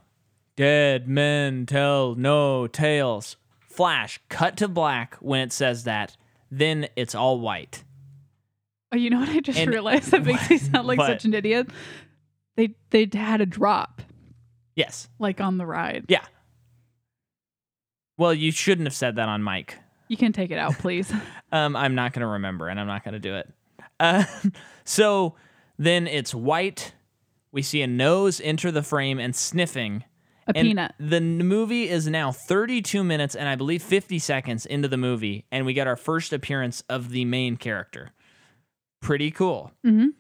dead men tell no tales. Flash cut to black when it says that. Then it's all white.
Oh, you know what I just
And-
realized? That makes me sound like
What?
such an idiot. They they had a drop
Yes.
like on the ride.
Yeah. Well, you shouldn't have said that on mic.
You can take it out, please.
Um, I'm not going to remember, and I'm not going to do it. Uh, so then it's white. We see a nose enter the frame and sniffing.
a
And
peanut.
The n- movie is now 32 minutes and I believe 50 seconds into the movie, and we get our first appearance of the main character. Pretty cool.
Mhm.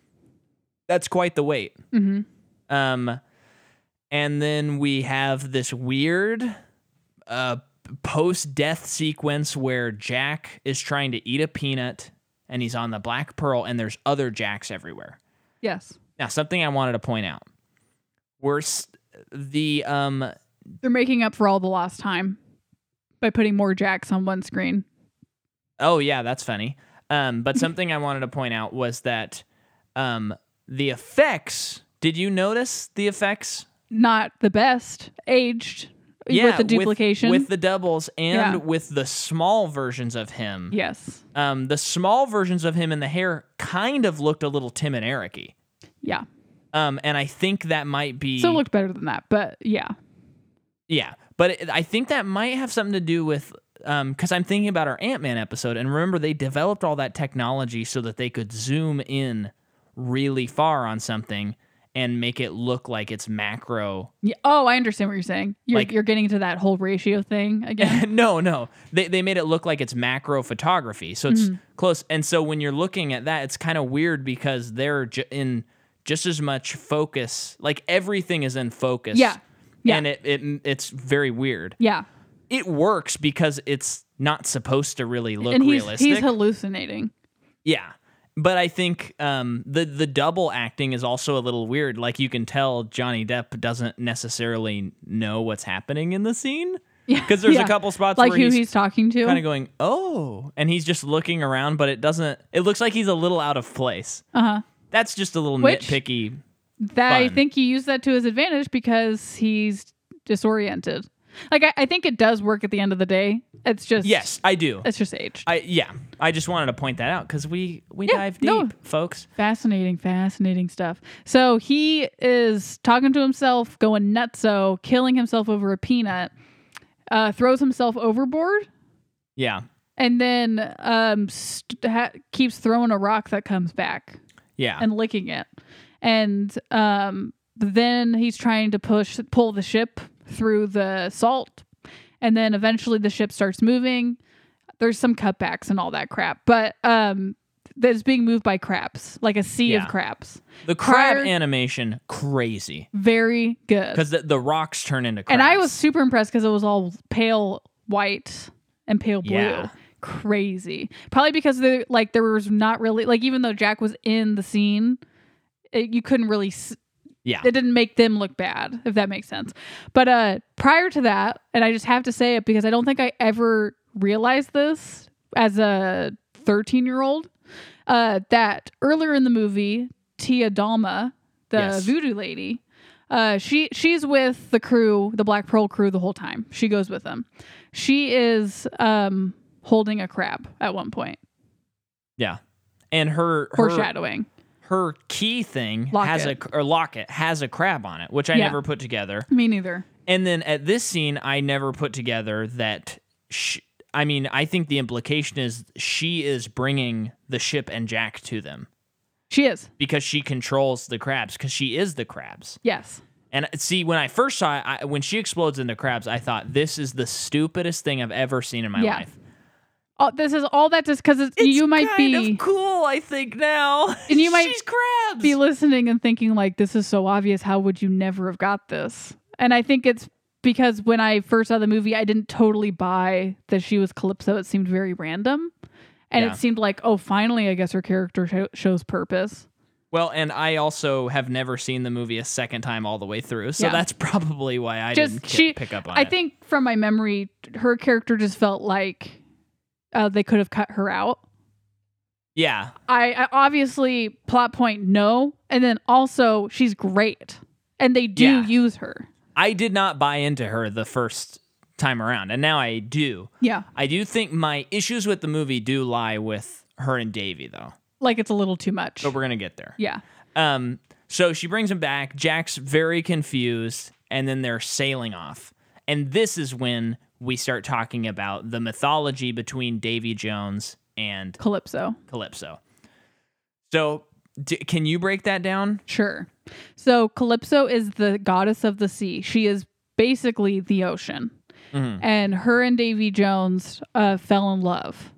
That's quite the wait.
Mhm.
Um, and then we have this weird uh, post death sequence where Jack is trying to eat a peanut and he's on the Black Pearl, and there's other Jacks everywhere.
Yes,
Now, something I wanted to point out. We're s- the um
they're making up for all the lost time by putting more jacks on one screen.
Oh yeah, that's funny. Um, but something I wanted to point out was that um, the effects. Did you notice the effects?
not the best aged with the duplication.
with, the doubles, and
Yeah.
with the small versions of him.
yes.
Um, the small versions of him in the hair kind of looked a little Tim and Eric-y.
Yeah.
Um, and I think that might be
Still looked better than that, but yeah.
yeah, but it, I think that might have something to do with um because I'm thinking about our Ant Man episode, and remember they developed all that technology so that they could zoom in really far on something and make it look like it's macro
yeah. Oh, I understand what you're saying. You're,
Like-
you're getting into that whole ratio thing again.
no, no. They, they made it look like it's macro photography. So it's
Mm-hmm.
close. And so when you're looking at that, it's kind of weird because they're ju- in just as much focus. Like everything is in focus.
Yeah. Yeah.
And it, it it's very weird.
yeah.
It works because it's not supposed to really look
and he's
realistic.
he's hallucinating.
yeah. But I think um, the the double acting is also a little weird. Like you can tell Johnny Depp doesn't necessarily know what's happening in the scene
Yeah.
because there's
Yeah.
a couple spots
like
where
who
he's,
he's, talking to.
kind of going, "Oh," and he's just looking around, but it doesn't. It looks like he's a little out of place.
uh huh.
That's just a little
Which-
nitpicky.
That I
fun.
think he used that to his advantage because he's disoriented. Like I, I think it does work at the end of the day. It's just
Yes, I do.
It's just age.
I yeah. I just wanted to point that out because we we
Yeah,
dive deep,
no.
folks.
Fascinating, fascinating stuff. So he is talking to himself, going nutso, killing himself over a peanut, uh, throws himself overboard,
Yeah,
and then um, st- ha- keeps throwing a rock that comes back
yeah,
and licking it. And um, then he's trying to push, pull the ship through the salt. And then eventually the ship starts moving. There's some cutbacks and all that crap, but um, that's being moved by crabs, like a sea
Yeah.
of crabs.
the crab
prior-
animation crazy
Very good.
because the, the rocks turn into crabs.
And I was super impressed because it was all pale white and pale blue.
Yeah.
Crazy. Probably because they like there was not really like even though Jack was in the scene, it, you couldn't really s-
yeah,
it didn't make them look bad if that makes sense but uh prior to that and i just have to say it because i don't think i ever realized this as a 13 year old uh that earlier in the movie tia dalma the
Yes.
voodoo lady uh she she's with the crew the black pearl crew the whole time she goes with them she is um holding a crab at one point
yeah. And her her,
foreshadowing
her key thing has
Locket.
a cr- or locket has a crab on it, which I
Yeah.
never put together.
me neither
And then at this scene, I never put together that. Sh- I mean, I think the implication is she is bringing the ship and Jack to them
she is
because she controls the crabs because she is the crabs.
yes
And uh, see, when I first saw it, I, when she explodes into crabs, I thought this is the stupidest thing I've ever seen in my
Yeah.
life.
Oh, this is all that just because you might be
cool, I think now.
And you might She's
crabs.
be listening and thinking like this is so obvious how would you never have got this and i think it's because when i first saw the movie i didn't totally buy that she was calypso it seemed very random and
Yeah.
it seemed like oh finally i guess her character sho- shows purpose
well, and I also have never seen the movie a second time all the way through, so
Yeah.
that's probably why I
just
didn't ki-
she
pick up on
i
it.
think from my memory her character just felt like uh, they could have cut her out
yeah,
I, I obviously plot point no and then also she's great and they do
Yeah.
use her
I did not buy into her the first time around, and now I do.
yeah
I do think my issues with the movie do lie with her and Davy, though.
like it's a little too much
But we're gonna get there.
yeah
Um, so she brings him back. Jack's very confused, and then they're sailing off. And this is when we start talking about the mythology between Davy Jones and
Calypso.
Calypso. So, d- can you break that down?
Sure. So Calypso is the goddess of the sea. She is basically the ocean.
Mhm.
And her and Davy Jones uh, fell in love.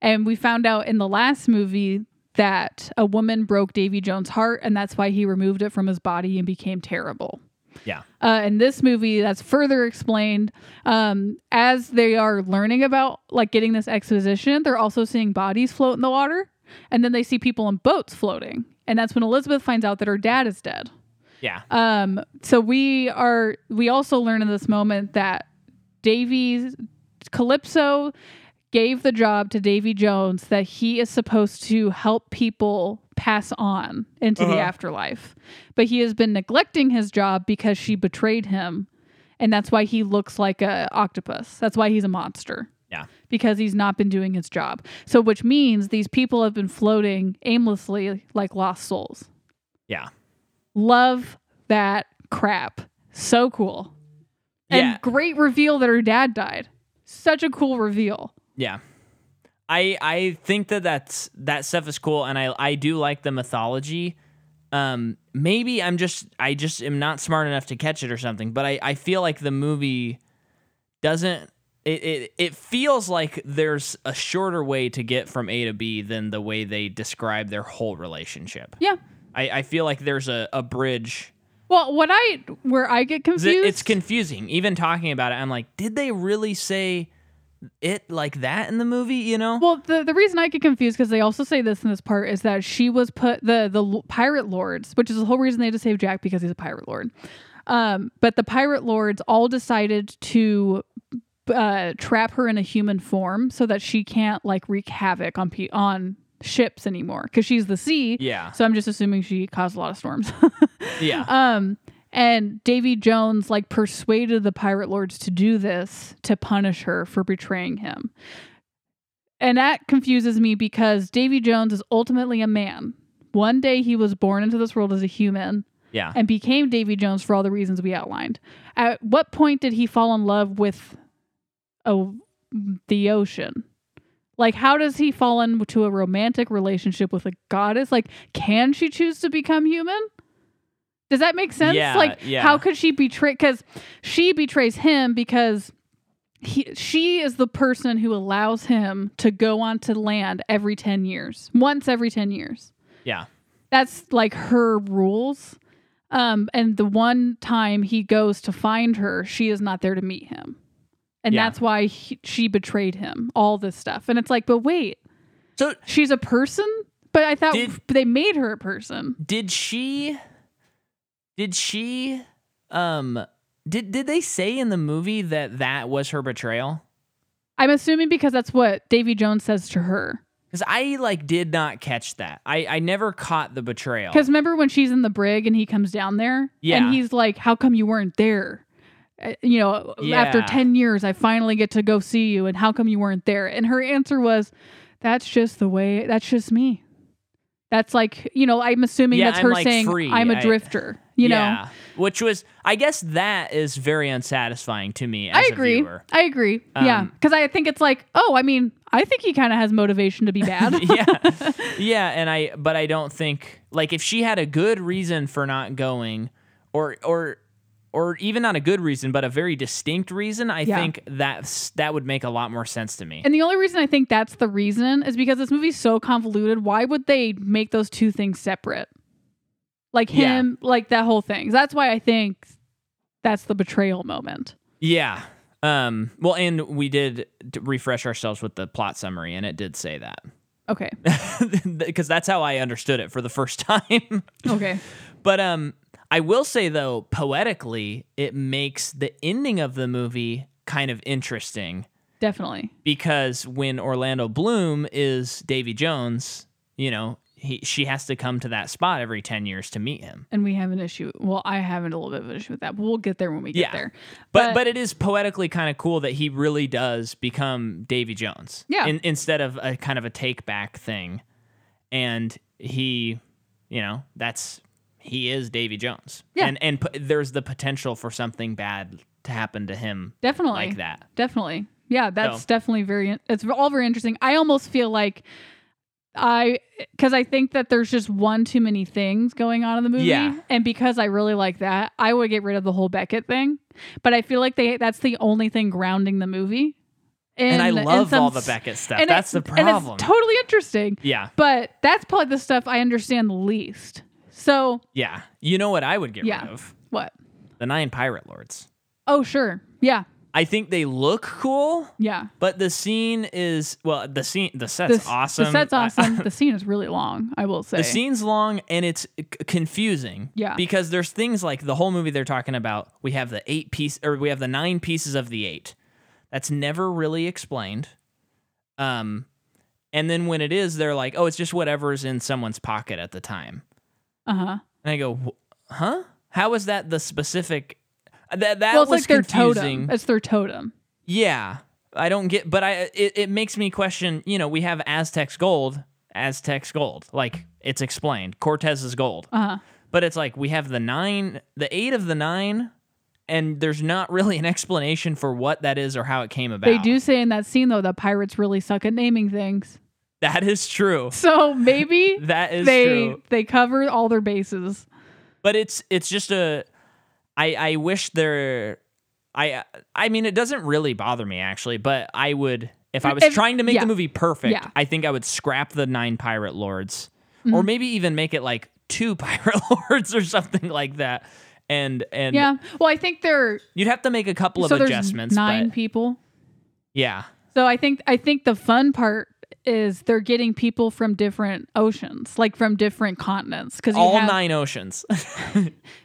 And we found out in the last movie that a woman broke Davy Jones' heart, and that's why he removed it from his body and became terrible.
Yeah.
Uh, in this movie, that's further explained um, as they are learning about like getting this exposition. They're also seeing bodies float in the water, and then they see people in boats floating, and that's when Elizabeth finds out that her dad is dead.
Yeah.
Um, so we are we also learn in this moment that Davies Calypso gave the job to Davy Jones that he is supposed to help people pass on into the
Uh-huh.
afterlife. But he has been neglecting his job because she betrayed him and that's why he looks like a octopus. That's why he's a monster
Yeah.
because he's not been doing his job. So which means these people have been floating aimlessly like lost souls.
Yeah.
Love that crap. So cool. And
Yeah.
great reveal that her dad died. Such a cool reveal.
Yeah. I I think that that's that stuff is cool and I I do like the mythology. Um maybe I'm just I just am not smart enough to catch it or something, but I I feel like the movie doesn't it, it it feels like there's a shorter way to get from A to B than the way they describe their whole relationship.
Yeah.
I, I feel like there's a, a bridge
Well, what I where I get
Th-
confused.
It's confusing. Even talking about it, I'm like, did they really say it like that in the movie? You know?
well, the, the reason I get confused because they also say this in this part is that she was put the the l- pirate lords, which is the whole reason they had to save Jack because he's a pirate lord. Um, but the pirate lords all decided to uh, trap her in a human form so that she can't like wreak havoc on pe- on ships anymore because she's the sea.
yeah,
So I'm just assuming she caused a lot of storms.
yeah,
Um, and Davy Jones like persuaded the pirate lords to do this to punish her for betraying him. And that confuses me because Davy Jones is ultimately a man. One day he was born into this world as a human
yeah.
and became Davy Jones for all the reasons we outlined. At what point did he fall in love with a, the ocean? Like, how does he fall into a romantic relationship with a goddess? Like, can she choose to become human? Does that make sense?
Yeah,
like,
yeah.
how could she betray? Because she betrays him because he, she is the person who allows him to go onto land every 10 years, once every 10 years
yeah.
that's like her rules. Um, and the one time he goes to find her, she is not there to meet him. And
Yeah.
that's why he, she betrayed him, all this stuff. And it's like, but wait,
So
she's a person? But I thought
Did-
they made her a person.
did she? Did she? Um. Did did they say in the movie that that was her betrayal?
I'm assuming because that's what Davy Jones says to her.
Because I like did not catch that. I I never caught the betrayal.
Because remember when she's in the brig and he comes down there?
Yeah.
And he's like, how come you weren't there? Uh, You know, after
Yeah.
10 years, I finally get to go see you. And how come you weren't there? And her answer was, that's just the way, that's just me. That's like, you know, I'm assuming
Yeah,
that's
I'm,
her
like,
saying,
free.
I'm a
I-
drifter, you know?
yeah. Which was, I guess, that is very unsatisfying to me. As
I
a
agree.
viewer.
I agree. yeah.
Um,
Because I think it's like, oh, I mean, I think he kind of has motivation to be bad.
yeah yeah and i but i don't think like if she had a good reason for not going or or or even not a good reason but a very distinct reason i
Yeah.
think that's that would make a lot more sense to me
And the only reason I think that's the reason is because this movie's so convoluted. Why would they make those two things separate? Like
Yeah.
him, like that whole thing. That's why I think that's the betrayal moment.
yeah um well and we did d- refresh ourselves with the plot summary and it did say that
Okay.
because that's how i understood it for the first time
Okay.
But um, I will say though, poetically, it makes the ending of the movie kind of interesting
Definitely.
because when Orlando Bloom is Davy Jones, you know, he she has to come to that spot every ten years to meet him.
And we have an issue. Well, I have a little bit of an issue with that, but we'll get there when we get
Yeah.
there.
But but it is poetically kind of cool that he really does become Davy Jones.
Yeah.
In, instead of a kind of a take back thing, and he, you know, that's he is Davy Jones.
Yeah.
And and p- there's the potential for something bad to happen to him
definitely
like that.
Definitely. Yeah, that's
So-
definitely very it's all very interesting. I almost feel like I cuz I think that there's just one too many things going on in the movie
Yeah.
and because I really like that, I would get rid of the whole Beckett thing. But I feel like they that's the only thing grounding the movie.
And, I
In- in
love
some
all the
s-
Beckett stuff.
and it-
That's the problem.
And it's totally interesting,
yeah,
but that's probably the stuff I understand the least. So,
yeah. You know what I would get
Yeah.
rid of?
what?
The Nine Pirate Lords.
Oh, sure. Yeah.
I think they look cool,
Yeah.
but the scene is well, the scene, the
The
set's
s-
awesome.
The set's
I-
awesome. the scene is really long, I will say.
The scene's long and it's c- confusing.
Yeah.
Because there's things like the whole movie they're talking about. We have the eight piece, or we have the nine pieces of the eight. That's never really explained. Um, and then when it is, they're like, "Oh, it's just whatever's in someone's pocket at the time."
Uh-huh.
And I go, "Wh- "Huh? How is that the specific?" That that
well, it's
was
like their
confusing.
totem. It's their totem.
Yeah, I don't get, but I it, it makes me question. You know, we have Aztecs gold, Aztecs gold, like it's explained. Cortez's gold,
Uh huh.
But it's like we have the nine, the eight of the nine, and there's not really an explanation for what that is or how it came about.
They do say in that scene though that pirates really suck at naming things.
That is true.
So maybe
That is
they
true.
they cover all their bases.
but it's it's just a i i wish there i i mean it doesn't really bother me actually but i would if i was
If-
trying to make
yeah.
the movie perfect
Yeah. Mm-hmm.
i think i would scrap the nine pirate lords or maybe even make it like two pirate lords or something like that and and
Yeah. Well, I think they're
you'd have to make a couple of
so there's
adjustments
nine
but
people.
yeah
So I think I think the fun part is they're getting people from different oceans, like from different continents, because
all
have,
nine oceans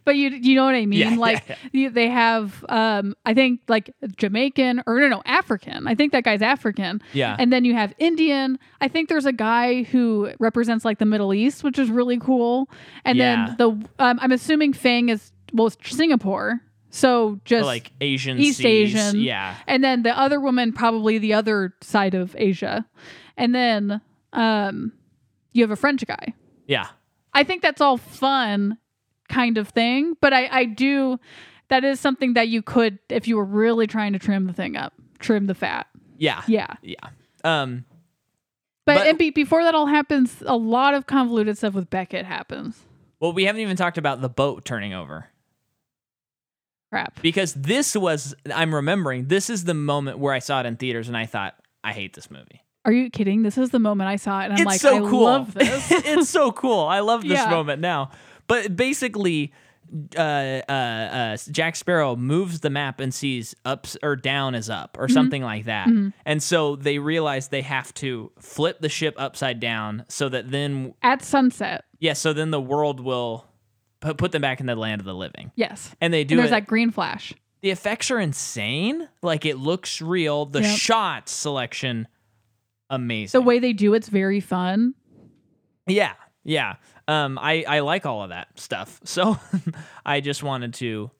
But you you know what I mean?
Yeah, yeah,
like You, they have um I think like Jamaican or no no African. I think that guy's African.
Yeah.
And then you have Indian. I think there's a guy who represents like the Middle East, which is really cool. And
Yeah.
then the um, I'm assuming Fang is well it's Singapore. So just
like asian
East
seas.
Asian.
yeah
and then the other woman probably the other side of Asia. And then um you have a French guy.
yeah
I think that's all fun kind of thing, but I, I do that is something that you could if you were really trying to trim the thing up, trim the fat.
yeah
Yeah.
yeah um
But,
But-
and be, before that all happens, a lot of convoluted stuff with Beckett happens.
well we haven't even talked about the boat turning over
Crap.
because this was I'm remembering this is the moment where I saw it in theaters and I thought I hate this movie.
Are you kidding? This is the moment I saw it and I'm
it's
like
so
I
cool.
love this.
it's so cool. I love this
Yeah.
moment now. But basically uh, uh, uh, Jack Sparrow moves the map and sees ups or down is up
Mm-hmm.
or something like that. And so they realize they have to flip the ship upside down so that then
At sunset.
yeah, so then the world will pu- put them back in the land of the living.
Yes.
And they do
and there's
it.
that green flash.
the effects are insane. Like it looks real. The
Yep.
shot selection, amazing.
The way they do it's very fun.
yeah, yeah. Um, I I like all of that stuff. So I just wanted to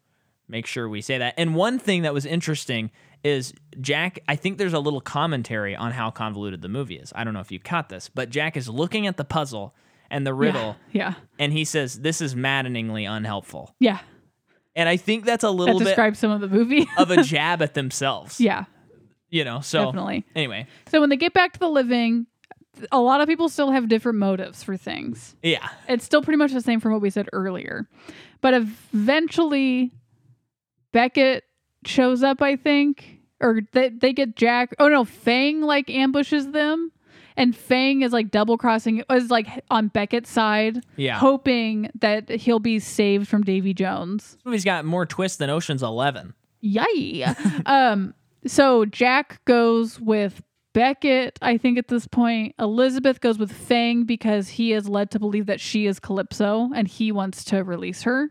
make sure we say that. And one thing that was interesting is Jack. I think there's a little commentary on how convoluted the movie is. I don't know if you caught this, but Jack is looking at the puzzle and the riddle,
Yeah.
and he says, "This is maddeningly unhelpful."
Yeah.
And I think that's a
That
little bit
describes some of the movie.
of a jab at themselves.
yeah,
you know. So
definitely.
anyway,
So when they get back to the living, th- a lot of people still have different motives for things.
yeah.
It's still pretty much the same from what we said earlier. But eventually Beckett shows up, I think, or they, they get Jack. Oh no, Fang like ambushes them. And Fang is like double crossing, is like on Beckett's side,
Yeah.
hoping that he'll be saved from Davy Jones.
This movie's got more twists than Ocean's Eleven.
Yay. um, so Jack goes with Beckett, I think at this point. Elizabeth goes with Fang because he is led to believe that she is Calypso and he wants to release her.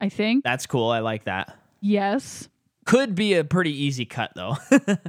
I think.
That's cool. I like that.
yes.
Could be a pretty easy cut though,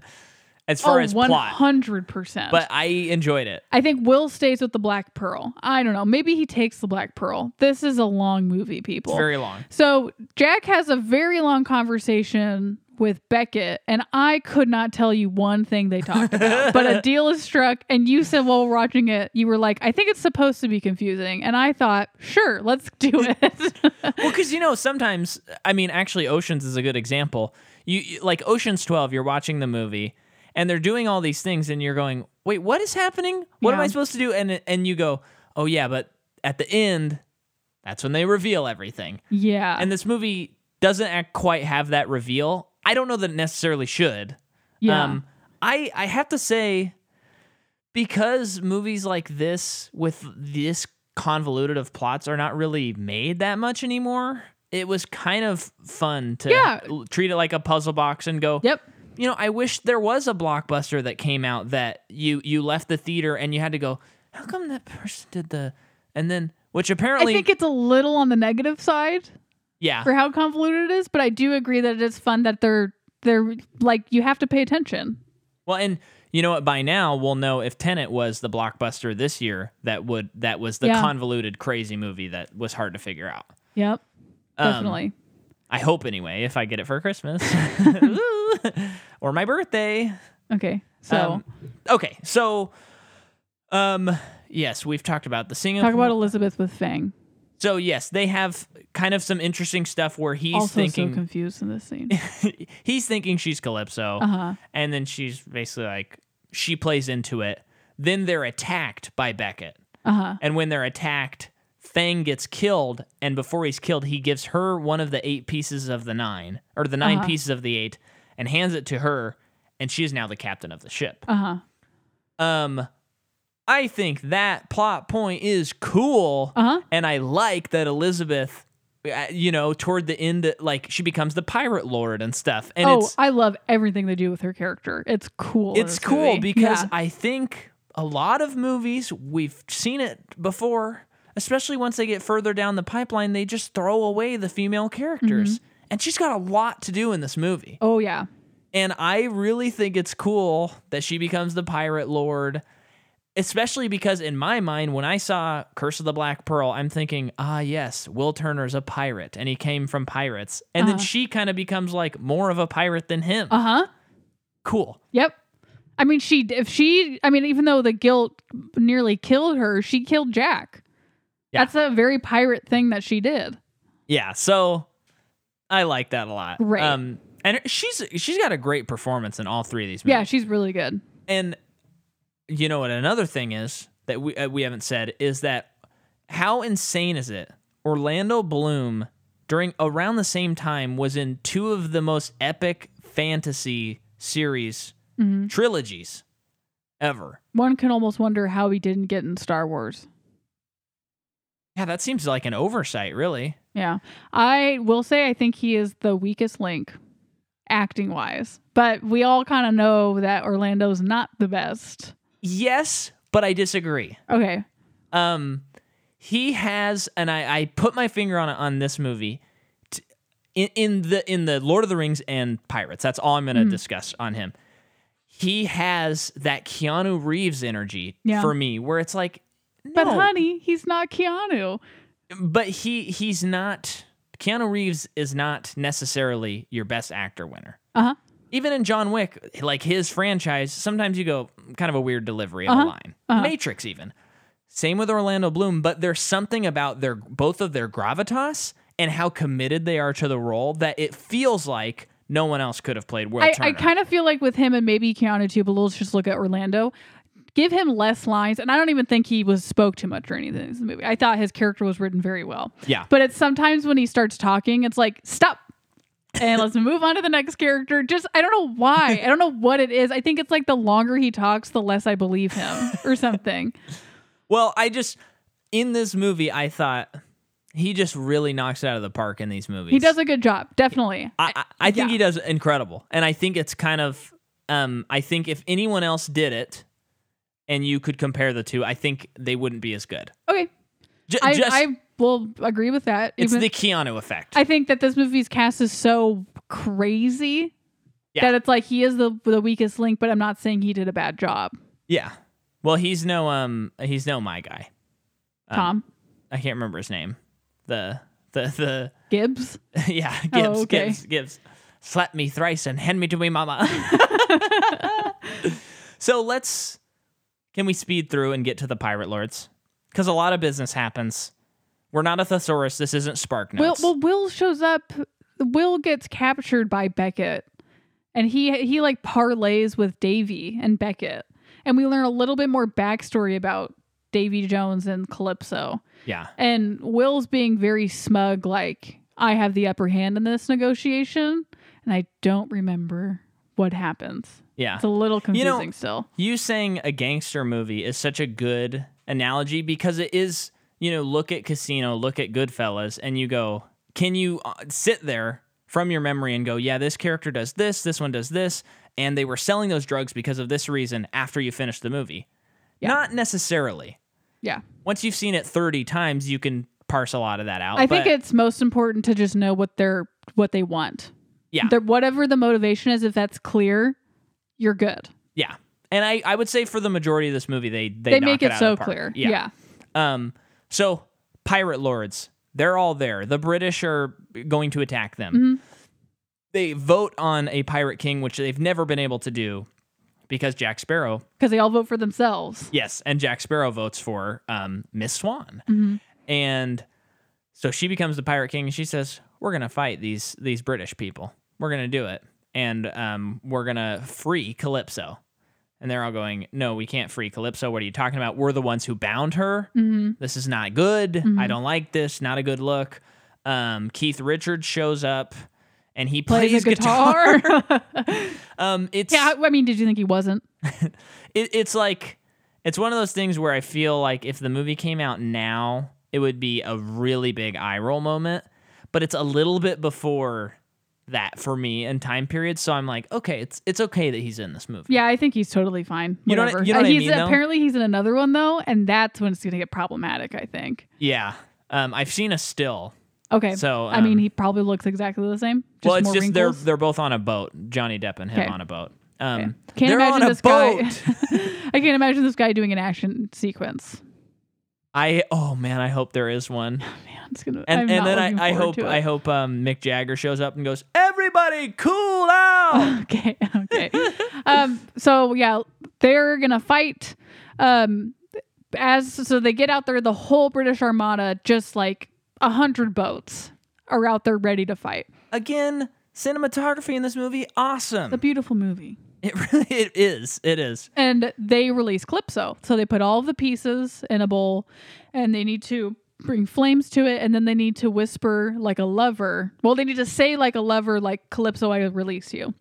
as far
oh,
as plot.
100%.
But I enjoyed it.
I think Will stays with the Black Pearl. I don't know. Maybe he takes the Black Pearl. This is a long movie, people.
It's very long.
So Jack has a very long conversation with Beckett, and I could not tell you one thing they talked about. but a deal is struck, and you said while watching it, you were like, "I think it's supposed to be confusing," and I thought, "Sure, let's do it."
Well, because you know, sometimes I mean, actually, Ocean's is a good example. You- You like Ocean's Twelve. You're watching the movie, and they're doing all these things, and you're going, "Wait, what is happening? What am
Yeah.
I supposed to do?" And and you go, "Oh yeah," but at the end, that's when they reveal everything.
yeah,
and this movie doesn't act quite have that reveal. I don't know that it necessarily should.
yeah,
um, I I have to say, because movies like this with this convoluted of plots are not really made that much anymore. It was kind of fun to
Yeah.
l- treat it like a puzzle box and go,
yep,
you know, I wish there was a blockbuster that came out that you you left the theater and you had to go, how come that person did the and then which
I
apparently
think it's a little on the negative side
yeah.
for how convoluted it is, but I do agree that it is fun that they're they're like you have to pay attention.
Well, and you know what? By now, we'll know if Tenet was the blockbuster this year that would that was the
Yeah.
convoluted, crazy movie that was hard to figure out.
Yep,
Um,
definitely.
I hope anyway. If I get it for Christmas Ooh. or my birthday.
okay, so
Um, okay, so um, yes, we've talked about the singing.
talk about Elizabeth with Fang.
So yes, they have kind of some interesting stuff where he's
also so
thinking
confused in this scene.
he's thinking she's Calypso,
Uh-huh.
and then she's basically like she plays into it. Then they're attacked by Beckett,
Uh-huh.
and when they're attacked, Fang gets killed. And before he's killed, he gives her one of the eight pieces of the nine, or the 9
Uh-huh.
pieces of the eight, and hands it to her. And she is now the captain of the ship.
Uh-huh.
Um, I think that plot point is cool,
Uh-huh.
and I like that Elizabeth, uh, you know, toward the end, like she becomes the pirate lord and stuff, and
oh,
it's
I love everything they do with her character. It's cool. in
it's
this
cool
movie.
because
Yeah.
I think a lot of movies we've seen it before, especially once they get further down the pipeline, they just throw away the female characters.
Mm-hmm.
And she's got a lot to do in this movie.
oh yeah,
And I really think it's cool that she becomes the pirate lord, especially because in my mind, when I saw Curse of the Black Pearl, I'm thinking, ah, yes, Will Turner's a pirate and he came from pirates. And
Uh-huh.
then she kind of becomes like more of a pirate than him.
uh huh,
cool.
yep. I mean, she if she, I mean, even though the guilt nearly killed her, she killed Jack.
Yeah.
That's a very pirate thing that she did.
Yeah. So I like that a lot.
Right.
Um, and she's she's got a great performance in all three of these movies.
Yeah, she's really good.
And you know what? Another thing is that we uh, we haven't said is that how insane is it? Orlando Bloom during around the same time was in two of the most epic fantasy series trilogies ever.
Mm-hmm. One can almost wonder how he didn't get in Star Wars.
Yeah, that seems like an oversight, really.
Yeah, I will say I think he is the weakest link, acting wise. But we all kind of know that Orlando's not the best.
Yes, but I disagree.
Okay.
um he has and i i put my finger on it on this movie T- in, in the in the lord of the rings and pirates that's all i'm going to
Mm-hmm.
discuss on him he has that keanu reeves energy
Yeah.
for me where it's like
But
no,
honey, he's not Keanu.
but he he's not keanu reeves is not necessarily your best actor winner
Uh huh.
even in John Wick, like his franchise, sometimes you go kind of a weird delivery of a
Uh-huh.
line. Matrix, even. Same with Orlando Bloom, but there's something about their both of their gravitas and how committed they are to the role that it feels like no one else could have played Will
I, I
Turner.
kind of feel like with him and maybe Keanu too, but let's just look at Orlando. Give him less lines, and I don't even think he was spoke too much or anything in the movie. I thought his character was written very well.
Yeah.
But it's sometimes when he starts talking, it's like stop. and let's move on to the next character. Just I don't know why. I don't know what it is. I think it's like the longer he talks, the less I believe him or something.
well, I just in this movie, I thought he just really knocks it out of the park in these movies.
He does a good job, definitely.
I, I, I think
yeah.
he does incredible, and I think it's kind of, um, I think if anyone else did it, and you could compare the two, I think they wouldn't be as good.
Okay.
J-
I,
just
I will agree with that.
it's
even-
the Keanu effect.
I think that this movie's cast is so crazy
Yeah.
that it's like he is the the weakest link, but I'm not saying he did a bad job.
yeah. Well, he's no um, he's no my guy.
Tom
I can't remember his name. The the
Gibbs.
the yeah Gibbs
Oh, okay.
Gibbs Gibbs. Slap me thrice and hand me to me mama. so let's can we speed through and get to the pirate lords because a lot of business happens. We're not a thesaurus. This isn't Spark
Will
Notes.
well Will shows up. Will gets captured by Beckett, and he he like parlays with Davy and Beckett, and we learn a little bit more backstory about Davy Jones and Calypso.
yeah.
And Will's being very smug, like, I have the upper hand in this negotiation, and I don't remember what happens.
Yeah.
It's a little
You know-
confusing still.
You saying a gangster movie is such a good analogy because it is, you know, look at Casino, look at Goodfellas, and you go, can you uh, sit there from your memory and go, yeah, this character does this, this one does this, and they were selling those drugs because of this reason after you finish the movie?
Yeah.
Not necessarily.
Yeah.
Once you've seen it 30 times, you can parse a lot of that out.
I think
but-
it's most important to just know what they're what they want.
Yeah.
Their- whatever the motivation is, if that's clear, you're good.
Yeah. And I, I would say for the majority of this movie, they they,
They,
knock
make
out
it,
of
so
the park.
clear.
Yeah. Um, so pirate lords, they're all there. The British are going to attack them. They vote on a pirate king, which they've never been able to do because Jack Sparrow,
Because they all vote for themselves. Mm-hmm.
yes, and Jack Sparrow votes for um, Miss Swan, and So she becomes the pirate king and she says, "We're gonna fight these these British people. We're gonna do it, and um, we're gonna free Calypso." And they're all going, "No, we can't free Calypso. What are you talking about? We're the ones who bound her.
Mm-hmm.
This is not good. I don't like this. Not a good look." Um, Keith Richards shows up, and he plays,
Plays a guitar.
Um, it's
yeah, I mean, did you think he wasn't?
it, it's like it's one of those things where I feel like if the movie came out now, it would be a really big eye roll moment. But it's a little bit before that for me and time period, so I'm like, okay, it's it's okay that he's in this movie.
Yeah, I think he's totally fine.
You know what I-
Whatever.
you know
Uh,
what I
he's
mean, though?
apparently he's in another one though, and that's when it's gonna get problematic. I think.
Yeah. Um, I've seen a still.
Okay.
So,
I mean,
um,
he probably looks exactly the same. Just
well, it's
more
just they're
wrinkles.
they're both on a boat. Johnny Depp and him
Okay.
on a boat. Um,
Okay. Can't
they're
imagine
on a
this guy-
boat.
I can't imagine this guy doing an action sequence.
I oh man, I hope there is one.
Man, it's gonna.
and,
I'm
and
not
then
looking
I, I
forward
hope
to it.
I hope um, Mick Jagger shows up and goes, "Everybody, cool out."
okay okay um so yeah they're gonna fight um as so they get out there the whole british armada just like a hundred boats are out there ready to fight
Again, cinematography in this movie, awesome.
a beautiful movie
it really it is. It is.
and they release calypso so they put all of the pieces in a bowl and they need to bring flames to it and then they need to whisper like a lover well they need to say like a lover like calypso i release you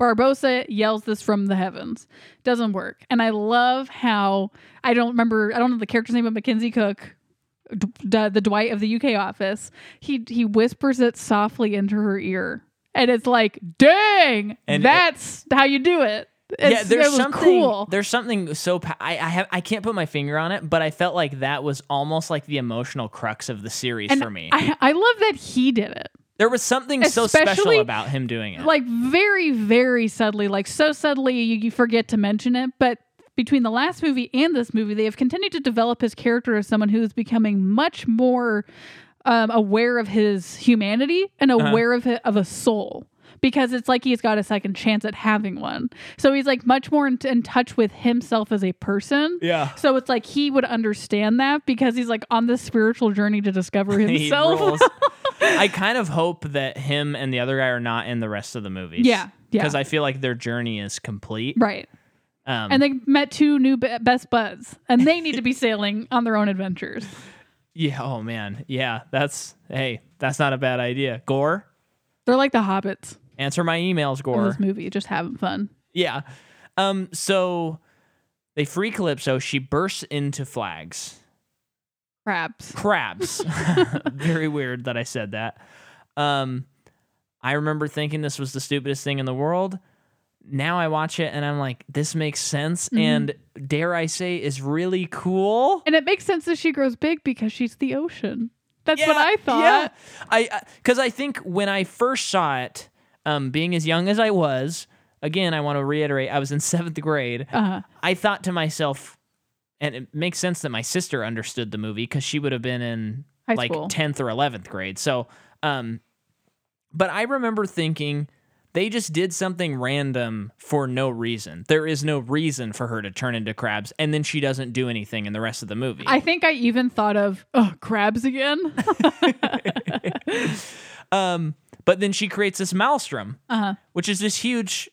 barbosa yells this from the heavens doesn't work and i love how i don't remember i don't know the character's name but mackenzie cook D- D- the dwight of the uk office he he whispers it softly into her ear and it's like dang
And it-
that's how you do it
yeah,
it's,
there's
it was
something.
cool.
There's something so pa- I I, have, I can't put my finger on it, but I felt like that was almost like the emotional crux of the series
and
for me.
I, I love that he did it.
there was something so special
especially,
about him doing it.
Like very, very subtly, like so subtly you, you forget to mention it. But between the last movie and this movie, they have continued to develop his character as someone who is becoming much more um, aware of his humanity and
Uh-huh.
aware of hi- of a soul. Because it's like he's got a second chance at having one. So he's like much more in, in touch with himself as a person.
yeah.
So it's like he would understand that because he's like on this spiritual journey to discover
He
himself.
rules. I kind of hope that him and the other guy are not in the rest of the movies.
Yeah, yeah.
Because I feel like their journey is complete.
right.
Um,
And they met two new be- best buds, and they need to be sailing on their own adventures.
Yeah. Oh man. Yeah. That's hey. That's not a bad idea. Gore,
They're like the hobbits
answer my emails,
of
Gore.
this movie, just having fun.
Yeah. Um. So they free Calypso. She bursts into flags,
Crabs.
crabs. Very weird that I said that. Um. I remember thinking this was the stupidest thing in the world. Now I watch it and I'm like, this makes sense, and dare I say, is really cool.
And it makes sense that she grows big because she's the ocean. That's what I thought.
Yeah. I because I think when I first saw it, um, being as young as I was, again, I want to reiterate, I was in seventh grade.
Uh-huh.
I thought to myself, and it makes sense that my sister understood the movie because she would have been in
High
like
school.
tenth or eleventh grade. So, um, but I remember thinking. They just did something random for no reason. There is no reason for her to turn into crabs, and then she doesn't do anything in the rest of the movie.
I think I even thought of oh, crabs again.
Um, but then she creates this maelstrom, which is this huge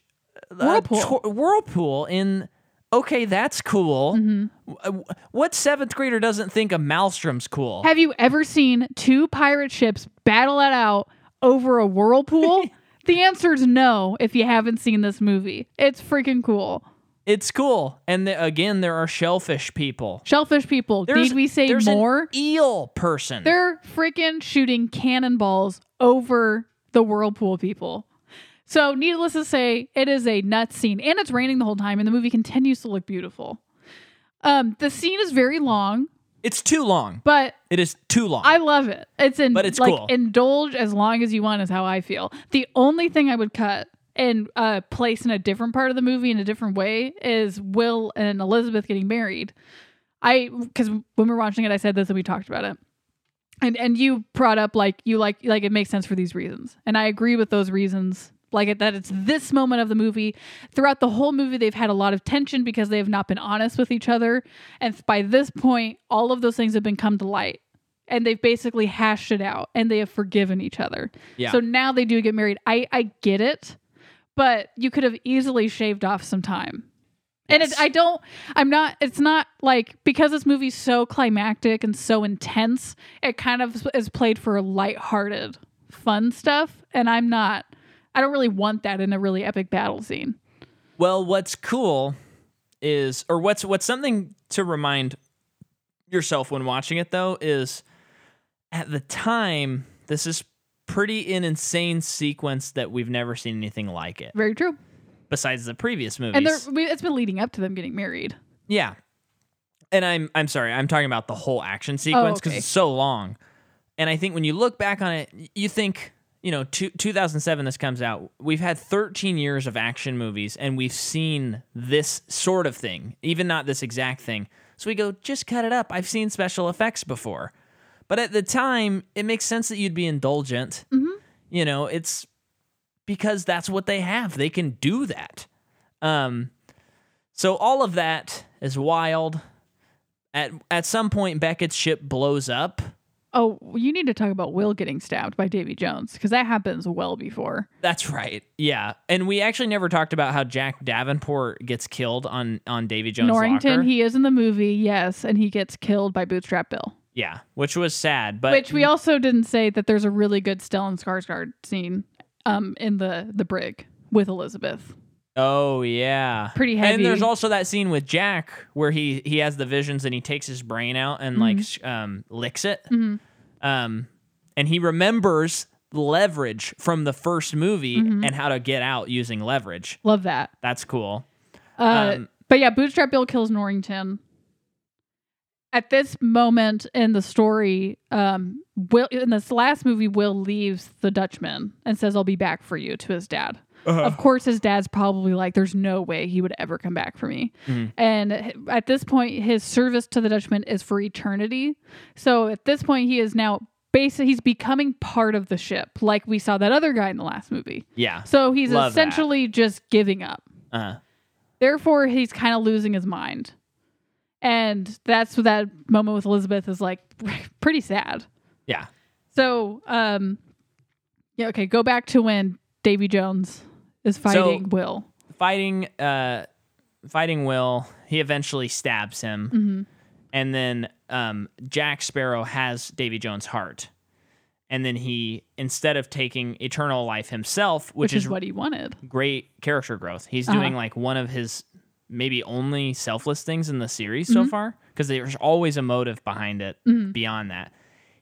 uh,
Uh-huh. Whirlpool.
tor- whirlpool in. Okay, that's cool.
Mm-hmm.
W- What seventh grader doesn't think a maelstrom's cool?
Have you ever seen two pirate ships battle it out over a whirlpool? the answer is no if you haven't seen this movie. It's freaking cool.
it's cool. And the, again, there are shellfish people.
Shellfish people,
There's-
need we say
there's an
more?
eel person.
They're freaking shooting cannonballs over the whirlpool people. So, needless to say, it is a nuts scene, and it's raining the whole time, and the movie continues to look beautiful. Um, the scene is very long,
it's too long.
but
It is too long.
I love it. It's in,
But it's
like
cool.
indulge as long as you want is how I feel. The only thing I would cut and uh, place in a different part of the movie in a different way is Will and Elizabeth getting married. I because when we were watching it, I said this and we talked about it, and and you brought up like you like like it makes sense for these reasons, and I agree with those reasons. Like it- that, it's this moment of the movie. Throughout the whole movie, they've had a lot of tension because they have not been honest with each other, and by this point, all of those things have been come to light and they've basically hashed it out and they have forgiven each other.
Yeah.
So now they do get married. I I get it, but you could have easily shaved off some time. And it,
Yes.
I don't. I'm not. It's not like because this movie's so climactic and so intense. It kind of is played for lighthearted, fun stuff, and I'm not. I don't really want that in a really epic battle scene.
Well, what's cool is, or what's what's something to remind yourself when watching it though is, at the time, this is pretty an insane sequence that we've never seen anything like it
Very true.
besides the previous movies.
And they're, we, it's been leading up to them getting married.
Yeah. And I'm I'm sorry, I'm talking about the whole action sequence because
okay.
it's so long. And I think when you look back on it, y- you think, you know, two, 2007 this comes out. We've had 13 years of action movies and we've seen this sort of thing, even not this exact thing. So we go, just cut it up. I've seen special effects before. But at the time, it makes sense that you'd be indulgent. You know, it's because that's what they have. They can do that. Um, so all of that is wild. At at some point, Beckett's ship blows up.
Oh, you need to talk about Will getting stabbed by Davy Jones because that happens well before.
That's right. Yeah, and we actually never talked about how Jack Davenport gets killed on on Davy Jones'
Norrington,
locker.
he is in the movie, yes, and he gets killed by Bootstrap Bill.
yeah, which was sad, but
Which we also didn't say that there's a really good Stellan Skarsgård scene um, in the the brig with Elizabeth.
oh yeah,
Pretty
And
heavy.
there's also that scene with Jack where he he has the visions and he takes his brain out and
Mm-hmm.
like sh- um licks it, um, and he remembers leverage from the first movie
Mm-hmm.
and how to get out using leverage.
Love that.
That's cool.
Uh,
Um,
but yeah, Bootstrap Bill kills Norrington. At this moment in the story, um, Will in this last movie, Will leaves the Dutchman and says, "I'll be back for you" to his dad.
Uh-huh.
Of course, his dad's probably like, "There's no way he would ever come back for me."
Mhm.
And h- at this point, his service to the Dutchman is for eternity. So at this point, he is now basically he's becoming part of the ship, like we saw that other guy in the last movie.
Yeah.
So he's
Love that.
essentially just giving up.
Uh,
Therefore, he's kind of losing his mind. And that's what that moment with Elizabeth is like pretty sad.
yeah.
So, um yeah, okay, go back to when Davy Jones is fighting Will.
Fighting uh fighting Will, he eventually stabs him. And then um Jack Sparrow has Davy Jones' heart. And then he instead of taking eternal life himself, which,
Which
is,
is what he wanted.
great character growth. He's
Uh-huh.
doing like one of his maybe only selfless things in the series
Mm-hmm.
so far because there's always a motive behind it beyond that.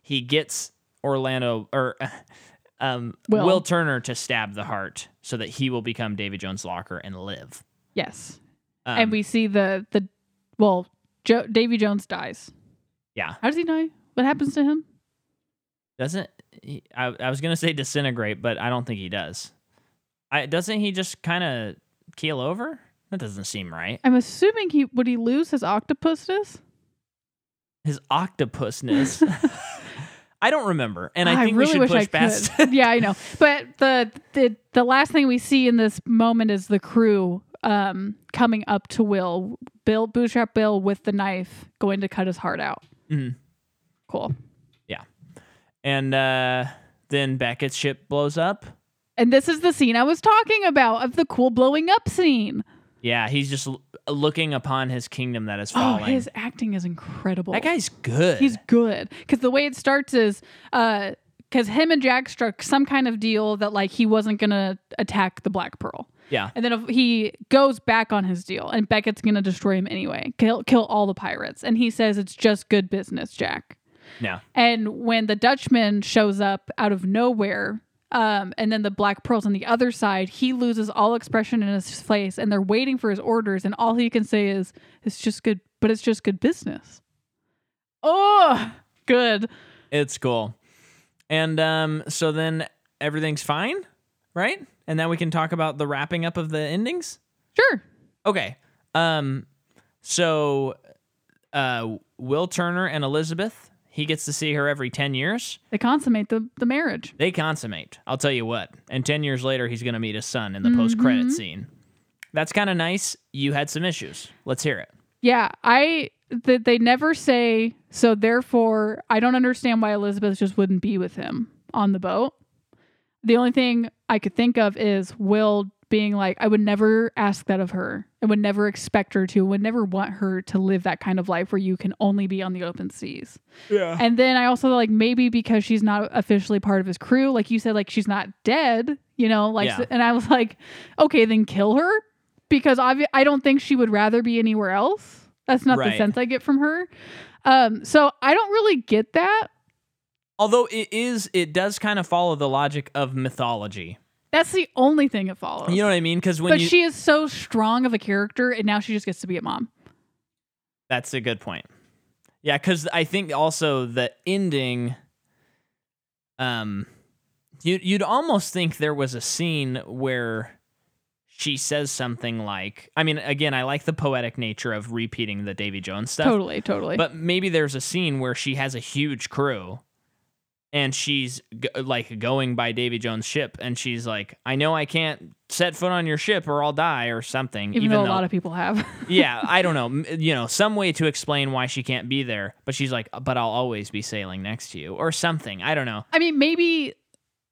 He gets Orlando or um,
Will.
Will. Turner to stab the heart so that he will become David Jones' locker and live.
Yes.
Um,
and we see the the well, jo- Davy Jones dies.
Yeah.
How does he die? What happens to him?
doesn't. He, I, I was gonna say disintegrate, but I don't think he does. I doesn't he just kind of keel over? That doesn't seem right.
I'm assuming he would he lose his octopusness?
his octopusness. I don't remember, and I, think we should push past.
could. yeah, I know. But the, the the last thing we see in this moment is the crew um, coming up to Will, Bill Bootstrap Bill with the knife, going to cut his heart out.
Mhm.
Cool.
and uh, then Beckett's ship blows up.
And this is the scene I was talking about of the cool blowing up scene.
Yeah, he's just l- uh, looking upon his kingdom that is
Oh,
falling.
his acting is incredible.
that guy's good.
He's good because the way it starts is because him and Jack struck some kind of deal that like he wasn't gonna attack the Black Pearl.
yeah,
And then if he goes back on his deal, and Beckett's going to destroy him anyway, kill, kill all the pirates. And he says, It's just good business, Jack.
no,
And when the Dutchman shows up out of nowhere, um, and then the Black Pearl's on the other side, he loses all expression in his face, and they're waiting for his orders. And all he can say is, It's just good, but it's just good business. Oh, good.
it's cool. And um, so then everything's fine, right? And now we can talk about the wrapping up of the endings.
Sure.
Okay. Um so uh Will Turner and Elizabeth, he gets to see her every 10 years.
They consummate the, the marriage.
They consummate. I'll tell you what. And 10 years later he's going to
Mm-hmm.
meet his son in the post-credit scene. That's kind of nice. You had some issues. Let's hear it.
Yeah, I that they never say so therefore I don't understand why Elizabeth just wouldn't be with him on the boat. The only thing I could think of is Will being like I would never ask that of her. I would never expect her to. Would never want her to live that kind of life where you can only be on the open seas.
Yeah.
And then I also like maybe because she's not officially part of his crew, like you said like she's not dead, you know, like
Yeah.
and I was like okay, then kill her because obvi- I don't think she would rather be anywhere else. That's not
Right.
the sense I get from her. Um, so I don't really get that.
Although it is, it does kind of follow the logic of mythology.
That's the only thing it follows.
You know what I mean? Because when
but
you,
she is so strong of a character, and now she just gets to be a mom.
that's a good point. Yeah, because I think also the ending. Um, you you'd almost think there was a scene where she says something like, I mean, again, I like the poetic nature of repeating the Davy Jones stuff.
Totally, totally.
But maybe there's a scene where she has a huge crew and she's g- like going by Davy Jones' ship and she's like, I know I can't set foot on your ship or I'll die or something.
even, though, a lot of people have.
yeah, I don't know. M- You know, some way to explain why she can't be there, but she's like, but I'll always be sailing next to you or something. I don't know.
I mean, maybe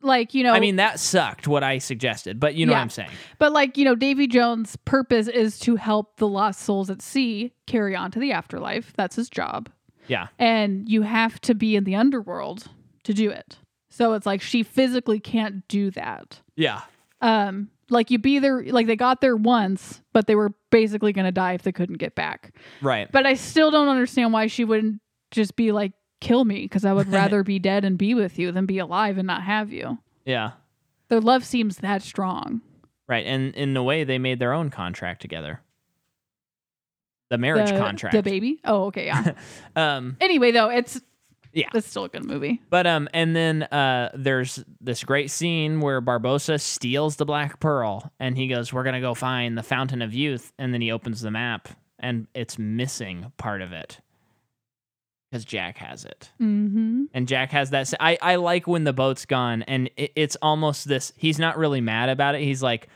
like you know,
I mean, that sucked what I suggested, but you know what
Yeah.
I'm saying.
but like you know, Davy Jones' purpose is to help the lost souls at sea carry on to the afterlife. That's his job.
Yeah.
and you have to be in the underworld to do it. So it's like she physically can't do that.
Yeah.
Um, like you be there, like they got there once, but they were basically going to die if they couldn't get back.
Right.
But I still don't understand why she wouldn't just be like, "Kill me," because I would rather be dead and be with you than be alive and not have you.
Yeah.
Their love seems that strong.
Right. And in a way, they made their own contract together the marriage
the,
contract.
the baby. Oh, okay, yeah.
Um,
anyway, though, it's
Yeah.
it's still a good movie.
But um, and then uh, there's this great scene where Barbosa steals the Black Pearl, and he goes, "We're gonna go find the Fountain of Youth," and then he opens the map, and it's missing part of it because Jack has it,
Mm-hmm.
and Jack has that. s- I I like when the boat's gone, and it, it's almost this. He's not really mad about it. He's like.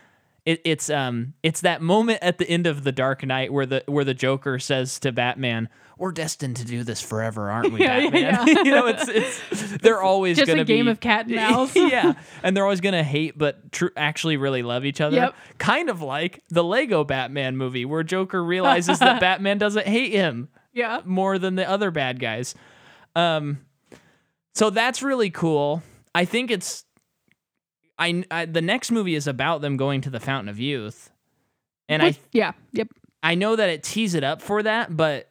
It, it's um it's that moment at the end of the Dark Knight where the where the Joker says to Batman, "We're destined to do this forever, aren't we,
Yeah, yeah,
Batman?"
yeah.
you know, it's it's they're always
Just
gonna
a game
be,
of cat and mouse.
yeah, and they're always gonna hate, but tr- actually really love each other.
Yep.
Kind of like the Lego Batman movie, where Joker realizes that Batman doesn't hate him
yeah.
more than the other bad guys. Um, so that's really cool. I think it's, I, I the next movie is about them going to the Fountain of Youth, and I
Which- yeah. Yep.
I know that it tees it up for that, but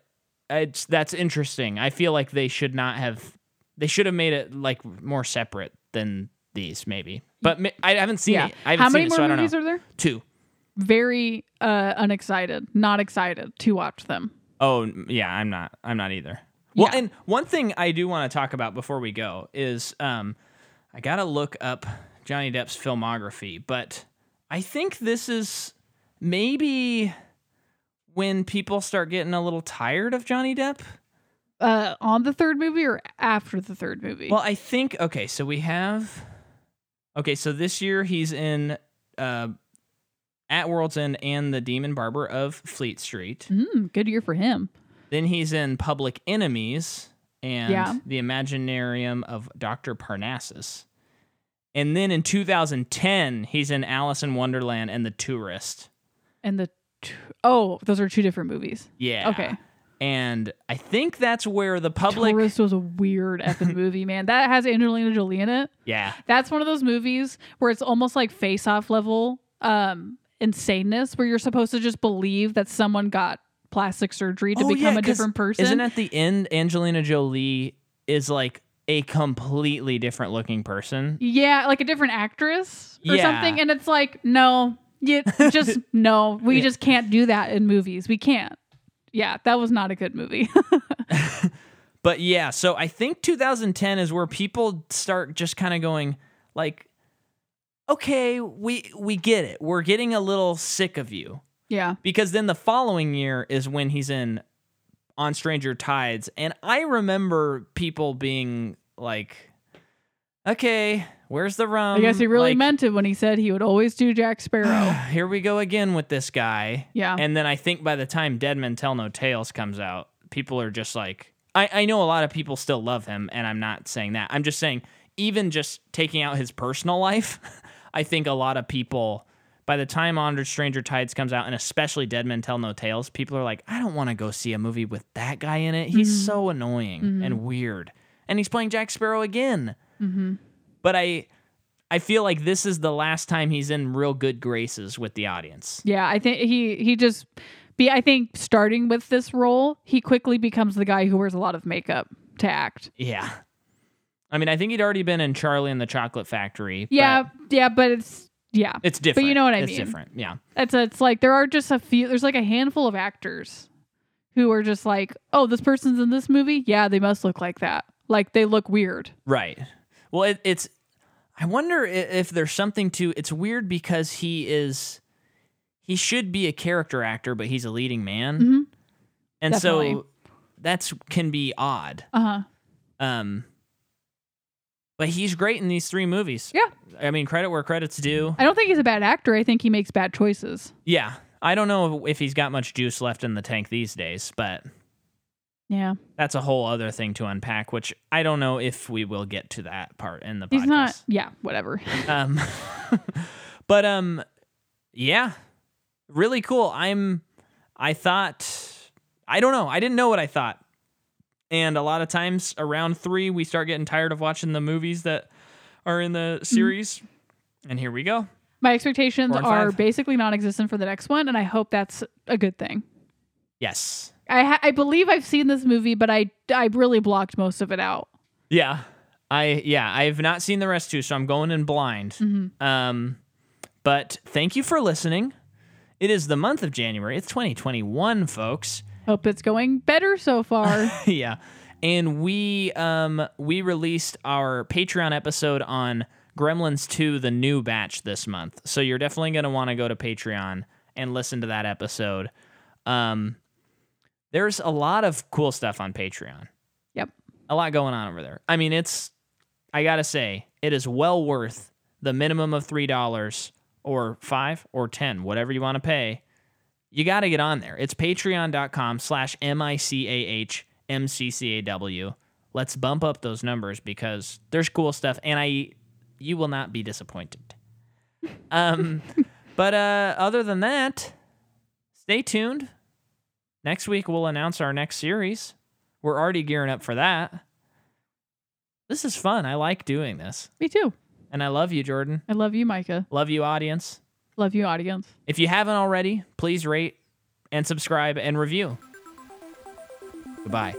it's that's interesting. I feel like they should not have they should have made it like more separate than these maybe. But ma- I haven't seen
Yeah.
it. I haven't
How many
seen it,
more
so I don't
movies
know.
are there?
Two.
Very uh, unexcited, not excited to watch them.
Oh n- yeah, I'm not. I'm not either. Well,
Yeah.
and one thing I do want to talk about before we go is um, I gotta look up Johnny Depp's filmography, but I think this is maybe when people start getting a little tired of Johnny Depp.
Uh, on the third movie or after the third movie?
Well, I think okay. So we have okay. So this year he's in uh, at World's End and the Demon Barber of Fleet Street.
Mm, good year for him.
Then he's in Public Enemies and
Yeah.
The Imaginarium of Dr. Parnassus. And then in 2010, he's in Alice in Wonderland and The Tourist.
And the t- oh, those are two different movies.
Yeah.
Okay.
And I think that's where the public.
Tourist was a weird effing movie, man. That has Angelina Jolie in it.
Yeah.
That's one of those movies where it's almost like Face Off level um, insaneness, where you're supposed to just believe that someone got plastic surgery to
Oh,
become
yeah,
a
'cause
different person.
Isn't at the end, Angelina Jolie is like a completely different looking person?
Yeah, like a different actress or
Yeah.
something. And it's like, no, you just no, we just can't do that in movies. We can't. Yeah, that was not a good movie.
But yeah, so I think 2010 is where people start just kind of going like okay, we we get it. We're getting a little sick of you.
yeah.
Because then the following year is when he's in on Stranger Tides and I remember people being like okay, Where's the rum?
I guess he really
Um, Like,
meant it when he said he would always do Jack Sparrow.
Here we go again with this guy.
Yeah.
And then I think by the time Dead Men Tell No Tales comes out, people are just like, I, I know a lot of people still love him, and I'm not saying that. I'm just saying, even just taking out his personal life, I think a lot of people, by the time Under Stranger Tides comes out, and especially Dead Men Tell No Tales, people are like, I don't want to go see a movie with that guy in it. He's so annoying and weird. And he's playing Jack Sparrow again. But I. I feel like this is the last time he's in real good graces with the audience.
yeah, I think he he just be. I think starting with this role, he quickly becomes the guy who wears a lot of makeup to act.
Yeah. I mean, I think he'd already been in Charlie and the Chocolate Factory. but
Yeah, yeah, but it's yeah,
it's different.
know what I
it's
mean.
different. Yeah.
it's it's like there are just a few. There's like a handful of actors who are just like, oh, this person's in this movie. Yeah, they must look like that. Like they look weird.
Right. Well, it, it's. I wonder i- if there's something to. It's weird because he is. He should be a character actor, but he's a leading man, and
Mm-hmm. Definitely.
so that's can be odd.
Uh huh.
Um. But he's great in these three movies.
Yeah.
I mean, credit where credit's due.
I don't think he's a bad actor. I think he makes bad choices.
Yeah. I don't know if he's got much juice left in the tank these days, but
Yeah,
that's a whole other thing to unpack, which I don't know if we will get to that part in the
he's not.
podcast.
Yeah, whatever.
Um, but um, yeah, really cool. I'm. I thought. I don't know. I didn't know what I thought. And a lot of times around three, we start getting tired of watching the movies that are in
Mm-hmm.
the series. And here we go.
My expectations
Four and
are
five.
basically non-existent for the next one, and I hope that's a good thing.
Yes.
I ha- I believe I've seen this movie, but I I really blocked most of it out.
Yeah. I yeah, I've not seen the rest too, so I'm going in blind. Um but thank you for listening. It is the month of January. It's 2021, folks.
Hope it's going better so far.
yeah. And we um we released our Patreon episode on Gremlins 2 the new batch this month. So you're definitely going to want to go to Patreon and listen to that episode. Um there's a lot of cool stuff on Patreon
yep.
a lot going on over there. I mean, it's I gotta say, it is well worth the minimum of three dollars or five or ten, whatever you want to pay. You gotta get on there. It's patreon.com slash M I C A H M C C A W. Let's bump up those numbers because there's cool stuff and I you will not be disappointed. Um but uh other than that, stay tuned. Next week we'll announce our next series. We're already gearing up for that. This is fun. I like doing this.
Me too.
And I love you, Jordan.
I love you, Micah.
Love you, audience.
Love you, audience.
If you haven't already, please rate and subscribe and review. Goodbye.